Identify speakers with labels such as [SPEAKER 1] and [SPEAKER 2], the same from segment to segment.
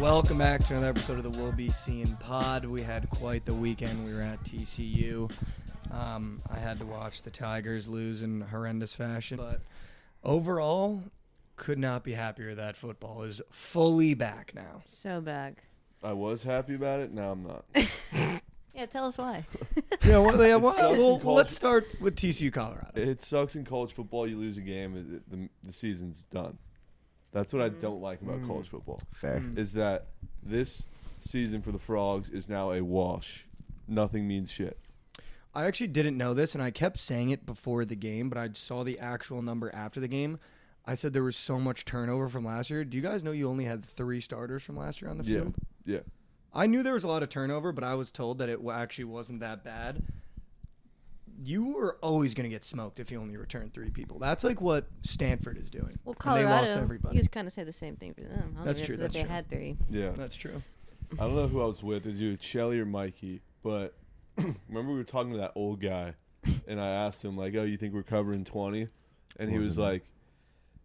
[SPEAKER 1] Welcome back to another episode of the Will Be Seen Pod. We had quite the weekend. We were at TCU. Um, I had to watch the Tigers lose in horrendous fashion, but overall, could not be happier that football is fully back now.
[SPEAKER 2] So back.
[SPEAKER 3] I was happy about it. Now I'm not.
[SPEAKER 2] Yeah, tell us why.
[SPEAKER 1] Yeah, well, yeah,
[SPEAKER 3] It
[SPEAKER 1] well,
[SPEAKER 3] sucks in
[SPEAKER 1] well,
[SPEAKER 3] college.
[SPEAKER 1] let's start with TCU Colorado.
[SPEAKER 3] it sucks in college football. You lose a game, it- it- the, the season's done. That's what I don't like about college football.
[SPEAKER 4] Mm. Fair.
[SPEAKER 3] Is that this season for the Frogs is now a wash. Nothing means shit.
[SPEAKER 1] I actually didn't know this, and I kept saying it before the game, but I saw the actual number after the game. I said there was so much turnover from last year. Do you guys know you only had three starters from last year on the
[SPEAKER 3] Yeah.
[SPEAKER 1] field?
[SPEAKER 3] Yeah.
[SPEAKER 1] I knew there was a lot of turnover, but I was told that it wa- actually wasn't that bad. You were always going to get smoked if you only return three people. That's like what Stanford is doing.
[SPEAKER 2] Well,
[SPEAKER 1] And
[SPEAKER 2] Colorado.
[SPEAKER 1] they lost everybody.
[SPEAKER 2] You just kind of say the same thing for them. huh?
[SPEAKER 1] That's
[SPEAKER 2] If-
[SPEAKER 1] true,
[SPEAKER 2] if
[SPEAKER 1] that's
[SPEAKER 2] they
[SPEAKER 1] true.
[SPEAKER 2] had three.
[SPEAKER 3] Yeah.
[SPEAKER 1] That's true.
[SPEAKER 3] I don't know who I was with. It was either Chelly or Mikey, but remember we were talking to that old guy, and I asked him like, "Oh, you think we're covering 20? And he
[SPEAKER 4] Wasn't
[SPEAKER 3] was
[SPEAKER 4] it?
[SPEAKER 3] like,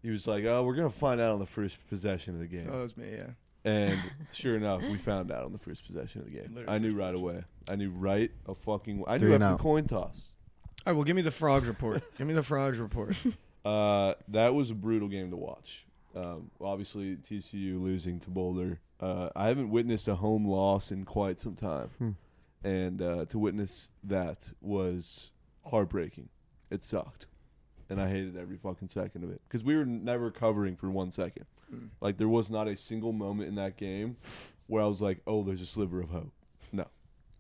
[SPEAKER 3] "He was like, oh, we're gonna find out on the first possession of the game."
[SPEAKER 1] Oh, it was me. Yeah.
[SPEAKER 3] And sure enough, we found out on the first possession of the game.
[SPEAKER 1] Literally
[SPEAKER 3] I knew
[SPEAKER 1] first
[SPEAKER 3] right away. I knew right a fucking. I
[SPEAKER 4] Three
[SPEAKER 3] knew
[SPEAKER 4] and
[SPEAKER 3] after the
[SPEAKER 4] out.
[SPEAKER 3] coin toss.
[SPEAKER 1] All right. Well, give me the frogs report. give me the frogs report.
[SPEAKER 3] Uh, that was a brutal game to watch. Um, obviously, TCU losing to Boulder. Uh, I haven't witnessed a home loss in quite some time,
[SPEAKER 4] Hmm.
[SPEAKER 3] and uh, to witness that was heartbreaking. It sucked, and I hated every fucking second of it because we were never covering for one second. Like there was not a single moment in that game where I was like, "Oh, there's a sliver of hope." No,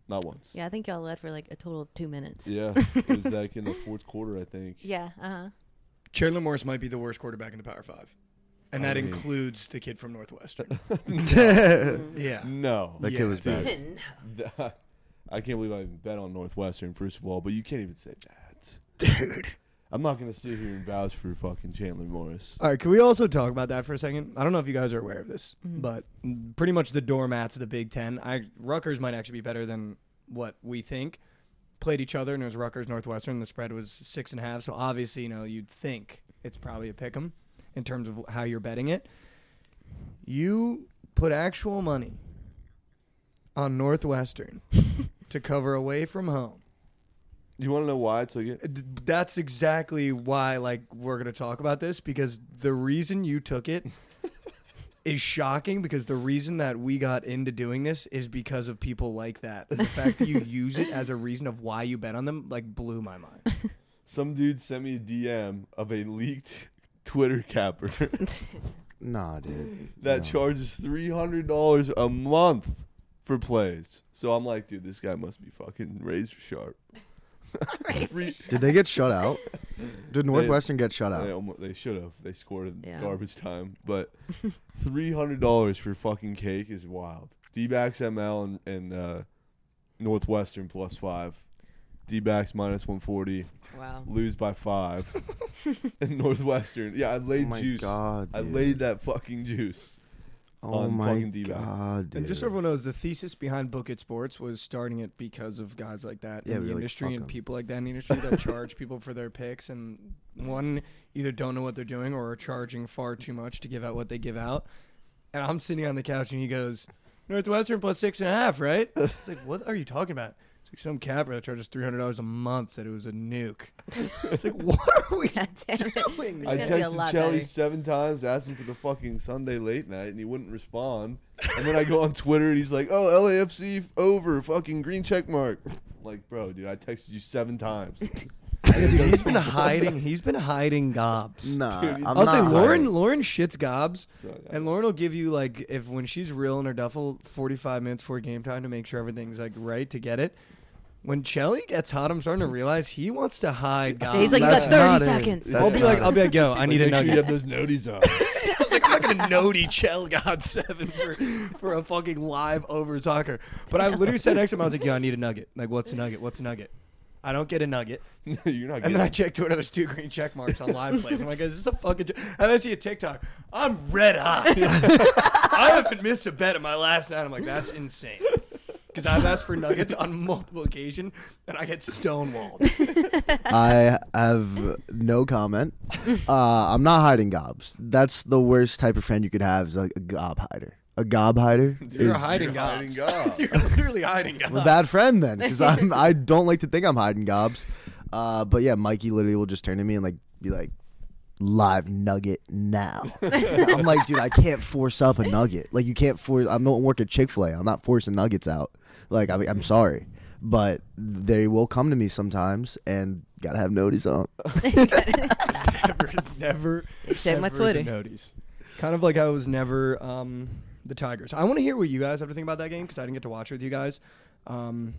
[SPEAKER 3] not once.
[SPEAKER 2] Yeah, I think y'all led for like a total of two minutes.
[SPEAKER 3] Yeah, it was like in the fourth quarter, I think.
[SPEAKER 2] Yeah. Uh huh.
[SPEAKER 1] Chandler Morris might be the worst quarterback in the Power Five, and
[SPEAKER 3] I
[SPEAKER 1] that
[SPEAKER 3] mean-
[SPEAKER 1] includes the kid from Northwestern.
[SPEAKER 4] that
[SPEAKER 1] yeah.
[SPEAKER 3] No,
[SPEAKER 1] Like- Yeah,
[SPEAKER 4] kid was
[SPEAKER 3] dude.
[SPEAKER 4] bad.
[SPEAKER 2] Mm-hmm.
[SPEAKER 3] Th- I can't believe I even bet on Northwestern, first of all, but you can't even say that.
[SPEAKER 1] Dude.
[SPEAKER 3] I'm not going to sit here and vouch for fucking Chandler Morris.
[SPEAKER 1] All right, can we also talk about that for a second? I don't know if you guys are aware of this, but pretty much the doormats of the Big Ten. I Rutgers might actually be better than what we think. Played each other, and it was Rutgers Northwestern. The spread was six and a half, so obviously, you know, you'd think it's probably a pick 'em in terms of how you're betting it. You put actual money on Northwestern to cover away from home.
[SPEAKER 3] You want to know why I took it?
[SPEAKER 1] Th- that's exactly why like we're gonna talk about this because the reason you took it is shocking because the reason that we got into doing this is because of people like that and the fact that you use it as a reason of why you bet on them like blew my mind
[SPEAKER 3] Some dude sent me a DM of a leaked Twitter capper
[SPEAKER 4] Nah, dude.
[SPEAKER 3] that
[SPEAKER 4] No.
[SPEAKER 3] charges $300 a month for plays. So I'm like, dude, this guy must be fucking razor sharp. Three-
[SPEAKER 4] Did they get shut out? Did Northwestern get shut
[SPEAKER 3] They,
[SPEAKER 4] out?
[SPEAKER 3] almo- they should have. They scored in
[SPEAKER 2] Yeah.
[SPEAKER 3] garbage time. But three hundred dollars for fucking cake is wild. D backs ML and, and uh, Northwestern plus five. D backs minus one forty.
[SPEAKER 2] Wow.
[SPEAKER 3] Lose by five. and Northwestern. Yeah, I
[SPEAKER 4] Oh
[SPEAKER 3] laid
[SPEAKER 4] my
[SPEAKER 3] juice.
[SPEAKER 4] god.
[SPEAKER 3] I
[SPEAKER 4] dude.
[SPEAKER 3] laid that fucking juice.
[SPEAKER 4] Oh
[SPEAKER 3] on
[SPEAKER 4] my
[SPEAKER 3] fucking D-back.
[SPEAKER 4] god, dude.
[SPEAKER 1] and just so everyone knows the thesis behind book it sports was starting it because of guys like that
[SPEAKER 4] Yeah,
[SPEAKER 1] in
[SPEAKER 4] we
[SPEAKER 1] the
[SPEAKER 4] were like,
[SPEAKER 1] industry
[SPEAKER 4] fuck
[SPEAKER 1] and
[SPEAKER 4] 'em.
[SPEAKER 1] people like that in the industry that charge people for their picks and one either don't know what they're doing or are charging far too much to give out what they give out and i'm sitting on the couch and he goes northwestern plus six and a half right it's like what are you talking about it's like some capper that charges $300 a month said it was a nuke it's like what are we
[SPEAKER 2] God damn it.
[SPEAKER 1] doing
[SPEAKER 3] I
[SPEAKER 2] It's gonna be a
[SPEAKER 3] texted
[SPEAKER 2] lot
[SPEAKER 3] Chelly
[SPEAKER 2] better.
[SPEAKER 3] seven times, asking for the fucking Sunday late night, and he wouldn't respond. And then I go on Twitter, and he's like, "Oh, LAFC over, fucking green check mark." I'm like, bro, dude, I texted you seven times.
[SPEAKER 1] Yeah, dude, he's been hiding he's been hiding gobs
[SPEAKER 4] Nah,
[SPEAKER 3] Dude,
[SPEAKER 4] I'm
[SPEAKER 1] I'll
[SPEAKER 4] not
[SPEAKER 1] say Lauren.
[SPEAKER 4] hiding.
[SPEAKER 1] Lauren shits gobs,
[SPEAKER 3] Yeah, yeah.
[SPEAKER 1] and Lauren will give you like if when she's real in her duffel, forty five minutes before game time to make sure everything's like right to get it. When Chelly gets hot, I'm starting to realize he wants to hide gobs.
[SPEAKER 2] He's like, you got
[SPEAKER 1] That's
[SPEAKER 2] 30
[SPEAKER 1] not it.
[SPEAKER 2] seconds.
[SPEAKER 4] That's
[SPEAKER 1] I'll be
[SPEAKER 4] not
[SPEAKER 1] like,
[SPEAKER 4] it.
[SPEAKER 1] I'll be like, yo, I need a
[SPEAKER 3] Like, make sure you
[SPEAKER 1] nugget.
[SPEAKER 3] have those noties up.
[SPEAKER 1] like, I'm not gonna nody Chell God seven for for a fucking live over soccer. But I literally said next to him, I was like, yo, I need a nugget. Like, what's a nugget? What's a nugget? I don't get a nugget.
[SPEAKER 3] No, You're not.
[SPEAKER 1] And
[SPEAKER 3] getting
[SPEAKER 1] then I check Twitter. There's two green check marks on live plays. I'm like, is this a fucking? jo-" And I see a TikTok. I'm red hot. I haven't missed a bet in my last night. I'm like, that's insane. Because I've asked for nuggets on multiple occasions, and I get stonewalled.
[SPEAKER 4] I have no comment. Uh, I'm not hiding gobs. That's the worst type of friend you could have is like a gob hider. a gob hider.
[SPEAKER 1] You're
[SPEAKER 4] is-
[SPEAKER 1] hiding
[SPEAKER 3] You're hiding
[SPEAKER 1] gobs.
[SPEAKER 3] gobs.
[SPEAKER 1] You're literally hiding
[SPEAKER 4] I'm a
[SPEAKER 1] gobs.
[SPEAKER 4] bad friend then, because I'm I don't like to think I'm hiding gobs. Uh, but yeah, Mikey literally will just turn to me and like be like, "Live nugget now." I'm like, dude, I can't force up a nugget. Like you can't force. I'm not work at Chick Fil A. I'm not forcing nuggets out. Like I mean, I'm sorry, but they will come to me sometimes, and gotta have notice on.
[SPEAKER 1] never, never.
[SPEAKER 2] Except my
[SPEAKER 1] never the
[SPEAKER 2] Twitter.
[SPEAKER 1] noties. Kind of like I was never um, the Tigers. I want to hear what you guys have to think about that game because I didn't get to watch it with you guys. Um,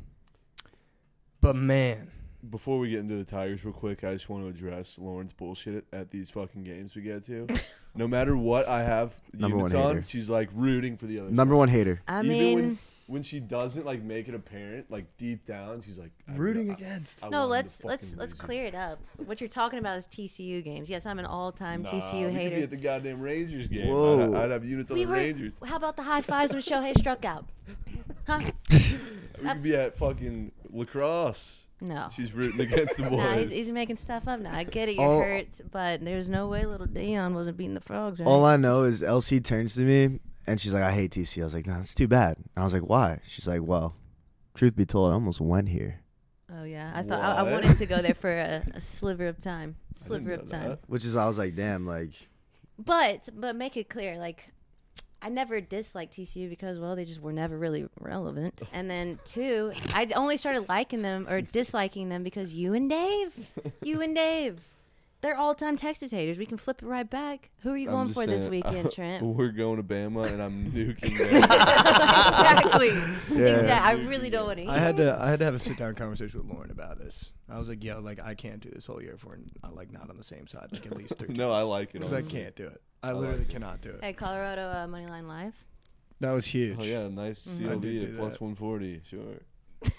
[SPEAKER 1] but man,
[SPEAKER 3] Before we get into the Tigers real quick, I just want to address Lauren's bullshit at these fucking games we get to. No matter what I have
[SPEAKER 4] Number
[SPEAKER 3] units
[SPEAKER 4] one
[SPEAKER 3] on,
[SPEAKER 4] hater.
[SPEAKER 3] she's like rooting for the other.
[SPEAKER 4] Number one hater.
[SPEAKER 2] I
[SPEAKER 3] Even
[SPEAKER 2] mean,
[SPEAKER 3] when, when she doesn't like make it apparent, like deep down, she's like I
[SPEAKER 1] rooting
[SPEAKER 3] re- I-
[SPEAKER 1] against.
[SPEAKER 3] I
[SPEAKER 5] No,
[SPEAKER 3] want 'em to
[SPEAKER 5] let's
[SPEAKER 3] fucking
[SPEAKER 5] let's let's
[SPEAKER 3] lose.
[SPEAKER 5] clear it up. What you're talking about is TCU games. Yes, I'm an all-time
[SPEAKER 3] Nah, we
[SPEAKER 5] TCU
[SPEAKER 3] could
[SPEAKER 5] hater.
[SPEAKER 3] be at the goddamn Rangers game.
[SPEAKER 4] Whoa.
[SPEAKER 3] I'd, I'd have units on
[SPEAKER 5] we
[SPEAKER 3] the
[SPEAKER 5] were.
[SPEAKER 3] Rangers.
[SPEAKER 5] How about the high fives when Shohei struck out? Huh?
[SPEAKER 3] We could be at fucking lacrosse.
[SPEAKER 5] No.
[SPEAKER 3] She's rooting against the boys.
[SPEAKER 5] Nah, he's, he's making stuff up now. I get it, you're
[SPEAKER 4] All-
[SPEAKER 5] hurt, but there's no way little Dion wasn't beating the frogs. Right?
[SPEAKER 4] All I know is LC turns to me and she's like, I hate TC. I was like, no, it's too bad. And I was like, why? She's like, well, truth be told, I almost went here,
[SPEAKER 5] oh yeah, I thought I, I
[SPEAKER 3] What?
[SPEAKER 5] wanted to go there for a, a sliver of time,
[SPEAKER 3] I didn't
[SPEAKER 5] sliver
[SPEAKER 3] know
[SPEAKER 5] of time.
[SPEAKER 3] that.
[SPEAKER 4] which is, I was like, damn, like,
[SPEAKER 5] But but make it clear, like I never disliked TCU because well, they just were never really relevant. And then two, I only started liking them or disliking them because you and Dave, you and Dave, they're all time Texas haters. We can flip it right back. Who are you
[SPEAKER 3] I'm
[SPEAKER 5] going
[SPEAKER 3] just
[SPEAKER 5] for this
[SPEAKER 3] saying, uh,
[SPEAKER 5] weekend, Trent?
[SPEAKER 3] We're going to Bama, and I'm nuking. Bama.
[SPEAKER 5] exactly. exactly. I
[SPEAKER 3] Dude,
[SPEAKER 5] really don't want to.
[SPEAKER 1] I had to I had to have a sit down conversation with Lauren about this. I was like, yo, like I can't do this whole year if we're not, like not on the same side, like at least three.
[SPEAKER 3] no, I like it.
[SPEAKER 1] because I
[SPEAKER 3] honestly.
[SPEAKER 1] can't do it. I, literally cannot do it.
[SPEAKER 5] Hey, Colorado uh, Moneyline Live.
[SPEAKER 1] That was huge.
[SPEAKER 3] Oh yeah, nice
[SPEAKER 5] Mm-hmm.
[SPEAKER 1] I
[SPEAKER 3] CLD
[SPEAKER 1] did do
[SPEAKER 3] at plus
[SPEAKER 1] that.
[SPEAKER 3] 140. Sure.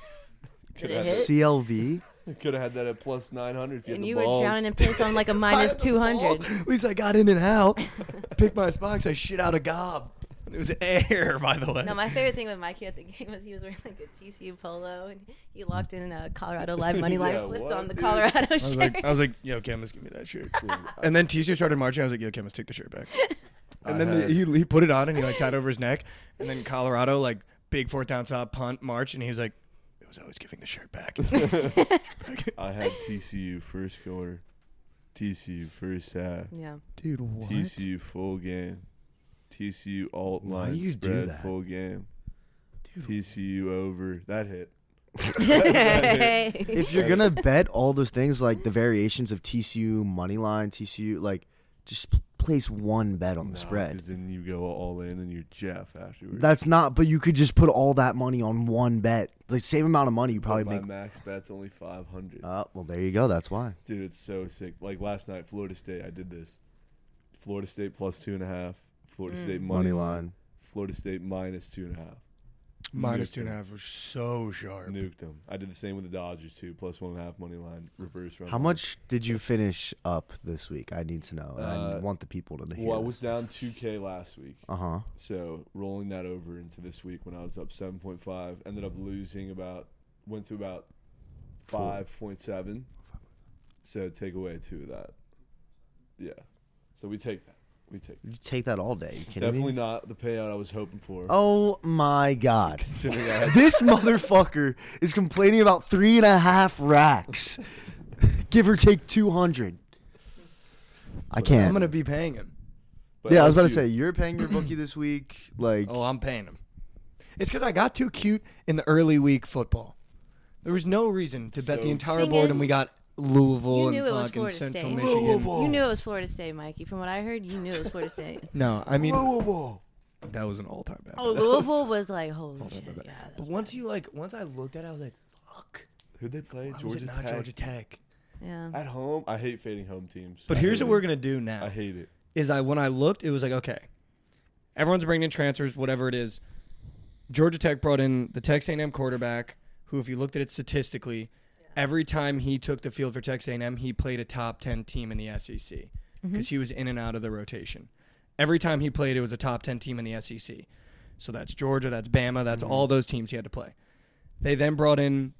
[SPEAKER 5] Did
[SPEAKER 3] Could
[SPEAKER 5] it
[SPEAKER 3] have
[SPEAKER 5] hit?
[SPEAKER 4] CLV?
[SPEAKER 3] Could have had that at plus 900 if you
[SPEAKER 5] And
[SPEAKER 3] had the
[SPEAKER 5] you
[SPEAKER 3] balls.
[SPEAKER 5] were drowning in piss on like a minus 200.
[SPEAKER 1] At least I got in and out. Picked my spots. I shit out a gob. It was air, by the way.
[SPEAKER 5] No, my favorite thing with Mikey at the game was he was wearing like a TCU polo and he locked in a Colorado Live money line
[SPEAKER 3] Yeah,
[SPEAKER 5] flipped
[SPEAKER 3] what,
[SPEAKER 5] on the
[SPEAKER 3] dude?
[SPEAKER 5] Colorado
[SPEAKER 1] I was
[SPEAKER 5] shirt.
[SPEAKER 1] like, I was like, yo, Camus, give me that shirt.
[SPEAKER 3] Yeah.
[SPEAKER 1] And then Tisha started marching. I was like, yo, Camus, take the shirt back. And
[SPEAKER 3] I
[SPEAKER 1] then
[SPEAKER 3] had-
[SPEAKER 1] he, he put it on and he like tied over his neck. And then Colorado, like big fourth down stop, punt, march. And he was like, it was always giving the shirt back.
[SPEAKER 3] I had TCU first quarter, TCU first half,
[SPEAKER 5] yeah.
[SPEAKER 1] Dude, what?
[SPEAKER 3] TCU full game, TCU alt
[SPEAKER 4] Why do
[SPEAKER 3] line
[SPEAKER 4] you do
[SPEAKER 3] spread
[SPEAKER 4] that?
[SPEAKER 3] full game,
[SPEAKER 1] Dude.
[SPEAKER 3] TCU over. That hit.
[SPEAKER 4] If you're going to bet all those things, like the variations of TCU, money line, TCU, like, just p- place one bet on the spread.
[SPEAKER 3] Because then you go all in and you're Jeff afterwards.
[SPEAKER 4] That's not, but you could just put all that money on one bet. Like, same amount of money you
[SPEAKER 3] But
[SPEAKER 4] probably
[SPEAKER 3] my
[SPEAKER 4] make.
[SPEAKER 3] max bet's only 500.
[SPEAKER 4] Uh, well, there you go. That's why.
[SPEAKER 3] Dude, it's so sick. Like last night, Florida State, I did this. Florida State plus two and a half. Florida State money
[SPEAKER 4] Money
[SPEAKER 3] line.
[SPEAKER 4] line.
[SPEAKER 3] Florida State minus two and a half.
[SPEAKER 1] Minus
[SPEAKER 3] Nuked
[SPEAKER 1] two and a half was so sharp.
[SPEAKER 3] them. Nuked them. I did the same with the Dodgers too. Plus one and a half money line. Reverse run.
[SPEAKER 4] How much did you finish up this week? I need to know. and I
[SPEAKER 3] Uh,
[SPEAKER 4] want the people to hear.
[SPEAKER 3] Well, I was down 2K last week.
[SPEAKER 4] uh huh.
[SPEAKER 3] So rolling that over into this week when I was up 7.5, ended up losing about, went to about 5.7. So take away two of that. Yeah. So we take that. We take that.
[SPEAKER 4] You take that all day. You kidding
[SPEAKER 3] Definitely
[SPEAKER 4] me?
[SPEAKER 3] not the payout I was hoping for.
[SPEAKER 4] Oh my god.
[SPEAKER 3] Considering I had
[SPEAKER 4] this motherfucker is complaining about three and a half racks, give or take two hundred. I can't.
[SPEAKER 1] I'm going to be paying him.
[SPEAKER 3] But
[SPEAKER 4] yeah, I was about to
[SPEAKER 3] LSU
[SPEAKER 4] say you're paying your bookie this week. Like,
[SPEAKER 1] Oh, I'm paying him. It's because I got too cute in the early week football. There was no reason to bet
[SPEAKER 3] So-
[SPEAKER 1] the entire
[SPEAKER 5] Thing
[SPEAKER 1] board,
[SPEAKER 5] is,
[SPEAKER 1] and we got Louisville
[SPEAKER 5] you
[SPEAKER 1] and
[SPEAKER 5] knew it was
[SPEAKER 1] fucking
[SPEAKER 5] Florida
[SPEAKER 1] Central
[SPEAKER 5] State.
[SPEAKER 1] Michigan.
[SPEAKER 5] you knew it was Florida State, Mikey. From what I heard, you knew it was Florida State.
[SPEAKER 1] No, I mean That was an all-time bet.
[SPEAKER 5] Oh, Louisville was like, holy shit. Yeah,
[SPEAKER 1] But once you like, once I looked at it, I was like, "Fuck,
[SPEAKER 3] Who'd they play?
[SPEAKER 1] why was it
[SPEAKER 3] Georgia
[SPEAKER 1] not
[SPEAKER 3] Tech.
[SPEAKER 1] Georgia Tech?"
[SPEAKER 5] yeah.
[SPEAKER 3] At home, I hate fading home teams.
[SPEAKER 1] But
[SPEAKER 3] I
[SPEAKER 1] here's
[SPEAKER 3] hate
[SPEAKER 1] what we're
[SPEAKER 3] it.
[SPEAKER 1] gonna do now:
[SPEAKER 3] I hate it.
[SPEAKER 1] is I when I looked, it was like, okay, everyone's bringing in transfers, whatever it is. Georgia Tech brought in the Texas A&M quarterback, who, if you looked at it statistically, every time he took the field for Texas A&M, he played a top ten team in the SEC because he was in and out of the rotation. Every time he played, it was a top ten team in the SEC. So that's Georgia, that's Bama, that's all those teams he had to play. They then brought in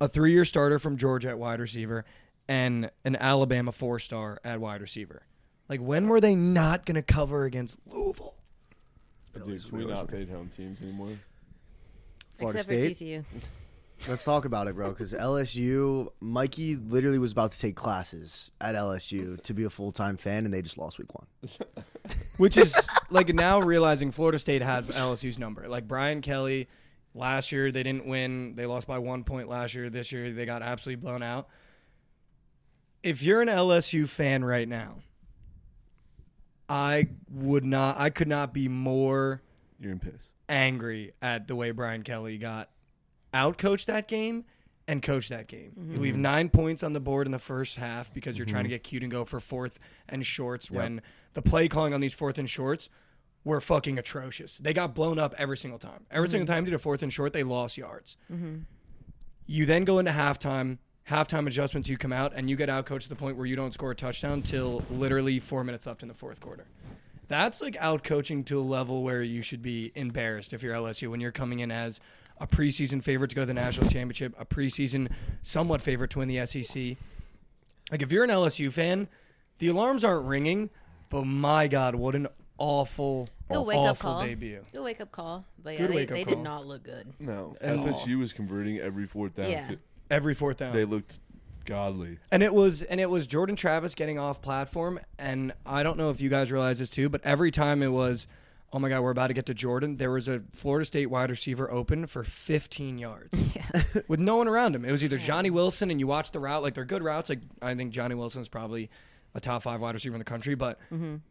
[SPEAKER 1] a three-year starter from Georgia at wide receiver and an Alabama four-star at wide receiver. Like, when were they not going to cover against Louisville?
[SPEAKER 3] Dude, can we not fade home teams anymore?
[SPEAKER 4] Florida
[SPEAKER 2] Except
[SPEAKER 4] State.
[SPEAKER 2] for TCU.
[SPEAKER 4] Let's talk about it, bro. Because LSU, Mikey literally was about to take classes at LSU to be a full time fan, and they just lost week one.
[SPEAKER 1] Which is like now realizing Florida State has LSU's number. Like Brian Kelly, last year they didn't win. They lost by one point last year. This year they got absolutely blown out. If you're an LSU fan right now, I would not. I could not be more
[SPEAKER 3] You're in piss.
[SPEAKER 1] angry at the way Brian Kelly got outcoached that game and coached that game. You leave nine points on the board in the first half because you're trying to get cute and go for fourth and shorts when the play calling on these fourth and shorts were fucking atrocious. They got blown up every single time. Every single time they did a fourth and short, they lost yards. You then go into halftime. Halftime adjustments, you come out and you get outcoached to the point where you don't score a touchdown till literally four minutes left in the fourth quarter. That's like out coaching to a level where you should be embarrassed if you're LSU when you're coming in as a preseason favorite to go to the national championship, a preseason somewhat favorite to win the SEC. Like if you're an LSU fan, the alarms aren't ringing, but my God, what an awful,
[SPEAKER 5] Good wake up
[SPEAKER 1] awful
[SPEAKER 5] call.
[SPEAKER 1] debut.
[SPEAKER 5] Good wake up call. But yeah,
[SPEAKER 1] Good
[SPEAKER 5] they,
[SPEAKER 1] wake-up
[SPEAKER 5] they
[SPEAKER 1] call.
[SPEAKER 5] did not look good.
[SPEAKER 3] No,
[SPEAKER 1] And-
[SPEAKER 3] FSU was converting every fourth down.
[SPEAKER 5] Yeah.
[SPEAKER 3] To,
[SPEAKER 1] Every fourth down.
[SPEAKER 3] they looked godly.
[SPEAKER 1] And it was and it was Jordan Travis getting off platform and I don't know if you guys realize this too, but every time it was oh my god, we're about to get to Jordan, there was a Florida State wide receiver open for 15 yards. With no one around him. It was either Johnny Wilson and you watch the route like they're good routes like I think Johnny Wilson's probably a top five wide receiver in the country, but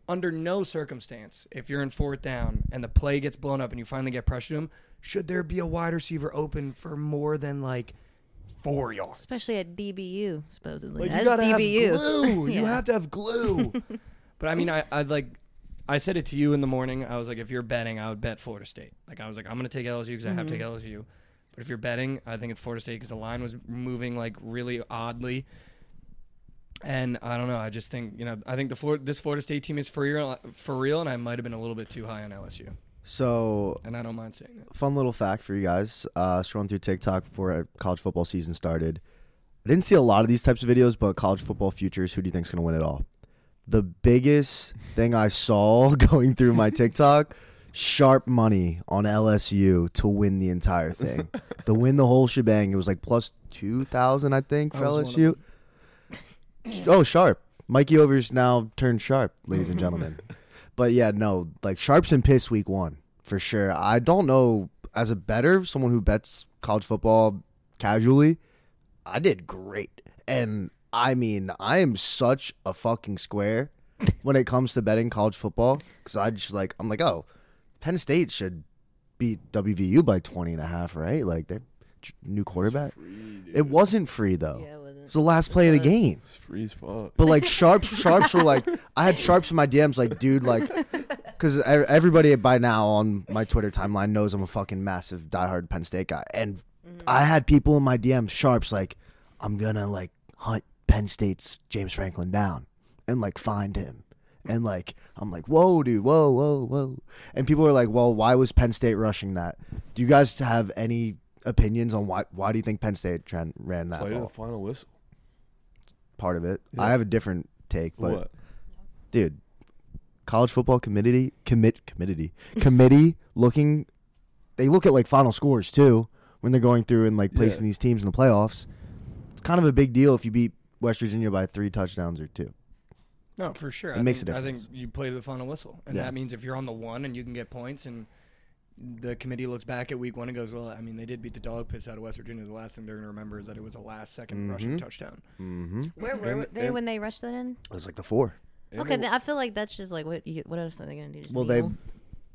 [SPEAKER 1] under no circumstance, if you're in fourth down and the play gets blown up and you finally get pressure to him, should there be a wide receiver open for more than like four yards?
[SPEAKER 2] Especially at DBU, supposedly.
[SPEAKER 1] Like
[SPEAKER 2] That's
[SPEAKER 1] you gotta
[SPEAKER 2] DBU.
[SPEAKER 1] have glue. You
[SPEAKER 2] Yeah.
[SPEAKER 1] have to have glue. but I mean, I, I like. I said it to you in the morning. I was like, if you're betting, I would bet Florida State. Like I was like, I'm gonna take LSU because I have to take LSU. But if you're betting, I think it's Florida State because the line was moving like really oddly. And I don't know. I just think you know. I think the Florida this Florida State team is for real, for real, and I might have been a little bit too high on LSU.
[SPEAKER 4] So,
[SPEAKER 1] And I don't mind saying that.
[SPEAKER 4] fun little fact for you guys uh, scrolling through TikTok before uh, college football season started. I didn't see a lot of these types of videos, but college football futures, who do you think's going to win it all? The biggest thing I saw going through my TikTok, sharp money on LSU to win the entire thing. to win the whole shebang, it was like plus 2,000, I think, for
[SPEAKER 1] I was one of
[SPEAKER 4] LSU. Oh, sharp. Mikey Overs now turned sharp, ladies and gentlemen. But yeah, no, like sharps and piss week one for sure. I don't know as a better someone who bets college football casually. I did great, and I mean, I am such a fucking square when it comes to betting college football because I just like I'm like, oh, Penn State should beat WVU by 20 and a half, right? Like their new quarterback. It wasn't free though.
[SPEAKER 5] Yeah, it
[SPEAKER 4] It
[SPEAKER 5] wasn't.
[SPEAKER 4] was the last play of the game.
[SPEAKER 3] It's free as fuck.
[SPEAKER 4] But like sharps, sharps were like I had sharps in my DMs, like dude, like because everybody by now on my Twitter timeline knows I'm a fucking massive diehard Penn State guy, and I had people in my DMs, sharps, like I'm gonna like hunt Penn State's James Franklin down and like find him. And like I'm like, whoa, dude, whoa, whoa, whoa. And people are like, well, why was Penn State rushing that? Do you guys have any opinions on why? Why do you think Penn State ran, ran that
[SPEAKER 3] Play to the
[SPEAKER 4] ball?
[SPEAKER 3] final whistle.
[SPEAKER 4] Part of it. I have a different take, but
[SPEAKER 3] what?
[SPEAKER 4] dude, college football committee commit committee committee looking, they look at like final scores too when they're going through and like placing
[SPEAKER 3] Yeah.
[SPEAKER 4] these teams in the playoffs. It's kind of a big deal if you beat West Virginia by three touchdowns or two.
[SPEAKER 1] No, for sure.
[SPEAKER 4] It
[SPEAKER 1] I
[SPEAKER 4] makes a
[SPEAKER 1] think, I
[SPEAKER 4] difference.
[SPEAKER 1] think you play to the final whistle, and
[SPEAKER 4] Yeah.
[SPEAKER 1] that means if you're on the one and you can get points, and the committee looks back at week one and goes, "Well, I mean, they did beat the dog piss out of West Virginia." The last thing they're going to remember is that it was a last 2nd
[SPEAKER 4] Mm-hmm.
[SPEAKER 1] rushing touchdown.
[SPEAKER 5] Where were
[SPEAKER 3] And-
[SPEAKER 5] they
[SPEAKER 3] and-
[SPEAKER 5] when they rushed that in?
[SPEAKER 4] It was like the four.
[SPEAKER 3] And
[SPEAKER 5] okay,
[SPEAKER 3] they-
[SPEAKER 5] then I feel like that's just like what you, what else are they gonna do? Just
[SPEAKER 4] Well, they,
[SPEAKER 5] kneel?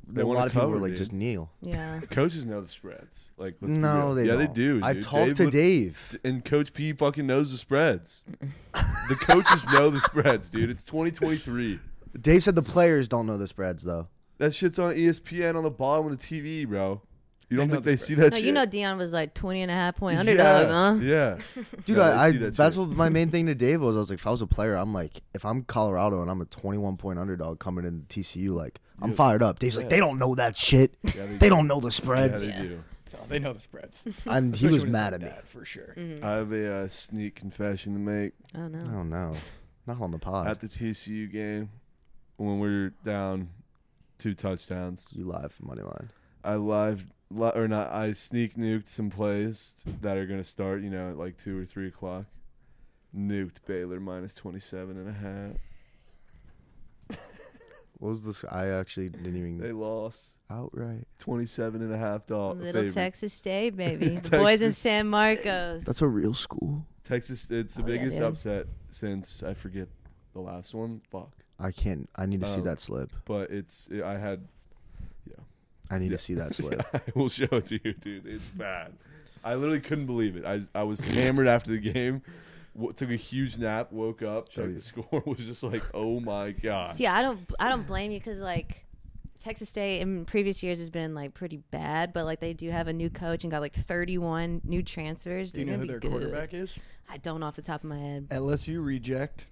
[SPEAKER 4] they a
[SPEAKER 3] wanna
[SPEAKER 4] lot of people
[SPEAKER 3] cover,
[SPEAKER 4] were like
[SPEAKER 3] dude.
[SPEAKER 4] just kneel.
[SPEAKER 5] yeah.
[SPEAKER 3] coaches know the spreads. Like, let's be
[SPEAKER 4] No,
[SPEAKER 3] real.
[SPEAKER 4] they
[SPEAKER 3] yeah, they
[SPEAKER 4] don't.
[SPEAKER 3] do.
[SPEAKER 4] I
[SPEAKER 3] dude.
[SPEAKER 4] talked to
[SPEAKER 3] would-
[SPEAKER 4] Dave.
[SPEAKER 3] t- and Coach P fucking knows the spreads. the coaches know the spreads, dude. It's 2023.
[SPEAKER 4] Dave said the players don't know the spreads though.
[SPEAKER 3] That shit's on E ESPN on the bottom of the TV, bro. You don't
[SPEAKER 1] know
[SPEAKER 3] think
[SPEAKER 1] the
[SPEAKER 3] they
[SPEAKER 1] spread.
[SPEAKER 3] see that
[SPEAKER 5] No,
[SPEAKER 3] shit?
[SPEAKER 5] you know Dion was like 20 and a half point underdog, huh?
[SPEAKER 3] yeah.
[SPEAKER 4] Dude,
[SPEAKER 3] No, they
[SPEAKER 4] I, I
[SPEAKER 3] see that
[SPEAKER 4] that's
[SPEAKER 3] shit.
[SPEAKER 4] what my main thing to Dave was. I was like, if I was a player, I'm like, if I'm Colorado and I'm a 21 point underdog coming into TCU, like I'm fired up. Dave's like, they don't know that shit.
[SPEAKER 3] they
[SPEAKER 4] they don't know the spreads.
[SPEAKER 3] Yeah, they do.
[SPEAKER 1] Oh, they know the spreads.
[SPEAKER 4] and
[SPEAKER 1] Especially
[SPEAKER 4] he was
[SPEAKER 1] when it's
[SPEAKER 4] mad
[SPEAKER 1] like
[SPEAKER 4] at me.
[SPEAKER 1] that, for sure.
[SPEAKER 3] I have a uh, sneak confession to make.
[SPEAKER 5] Mm-hmm. Oh no.
[SPEAKER 4] Oh no, not on the pod.
[SPEAKER 3] At the TCU game, when we were down two touchdowns.
[SPEAKER 4] You live money line.
[SPEAKER 3] I live li- or not? I sneak nuked some plays that are gonna start. You know, at like two or three o'clock. Nuked Baylor minus 27 and a half.
[SPEAKER 4] What was this? I actually didn't
[SPEAKER 3] They
[SPEAKER 4] even
[SPEAKER 3] lost
[SPEAKER 4] outright.
[SPEAKER 3] 27 and a half dog.
[SPEAKER 5] Little
[SPEAKER 3] favorite.
[SPEAKER 5] Texas State, baby. The boys in
[SPEAKER 3] Oh, Texas
[SPEAKER 5] San Marcos.
[SPEAKER 4] That's a real school.
[SPEAKER 3] Texas. It's the
[SPEAKER 5] Oh, yeah,
[SPEAKER 3] biggest
[SPEAKER 5] dude.
[SPEAKER 3] upset since I forget the last one. Fuck.
[SPEAKER 4] I can't. I need to see
[SPEAKER 3] Um,
[SPEAKER 4] that slip.
[SPEAKER 3] But it's I had.
[SPEAKER 4] I need
[SPEAKER 3] yeah.
[SPEAKER 4] to see that slip.
[SPEAKER 3] I will show it to you, dude. It's bad. I literally couldn't believe it. I I was hammered after the game. W- took a huge nap. Woke up.
[SPEAKER 4] Show
[SPEAKER 3] Checked
[SPEAKER 4] you.
[SPEAKER 3] the score. Was just like, oh my god.
[SPEAKER 5] See, I don't, I don't blame you because like Texas State in previous years has been like pretty bad, but like they do have a new coach and got like 31 new transfers.
[SPEAKER 1] Do you
[SPEAKER 5] They're
[SPEAKER 1] know who
[SPEAKER 5] gonna
[SPEAKER 1] their
[SPEAKER 5] be good.
[SPEAKER 1] quarterback Uh, is?
[SPEAKER 5] I don't off the top of my head.
[SPEAKER 1] LSU reject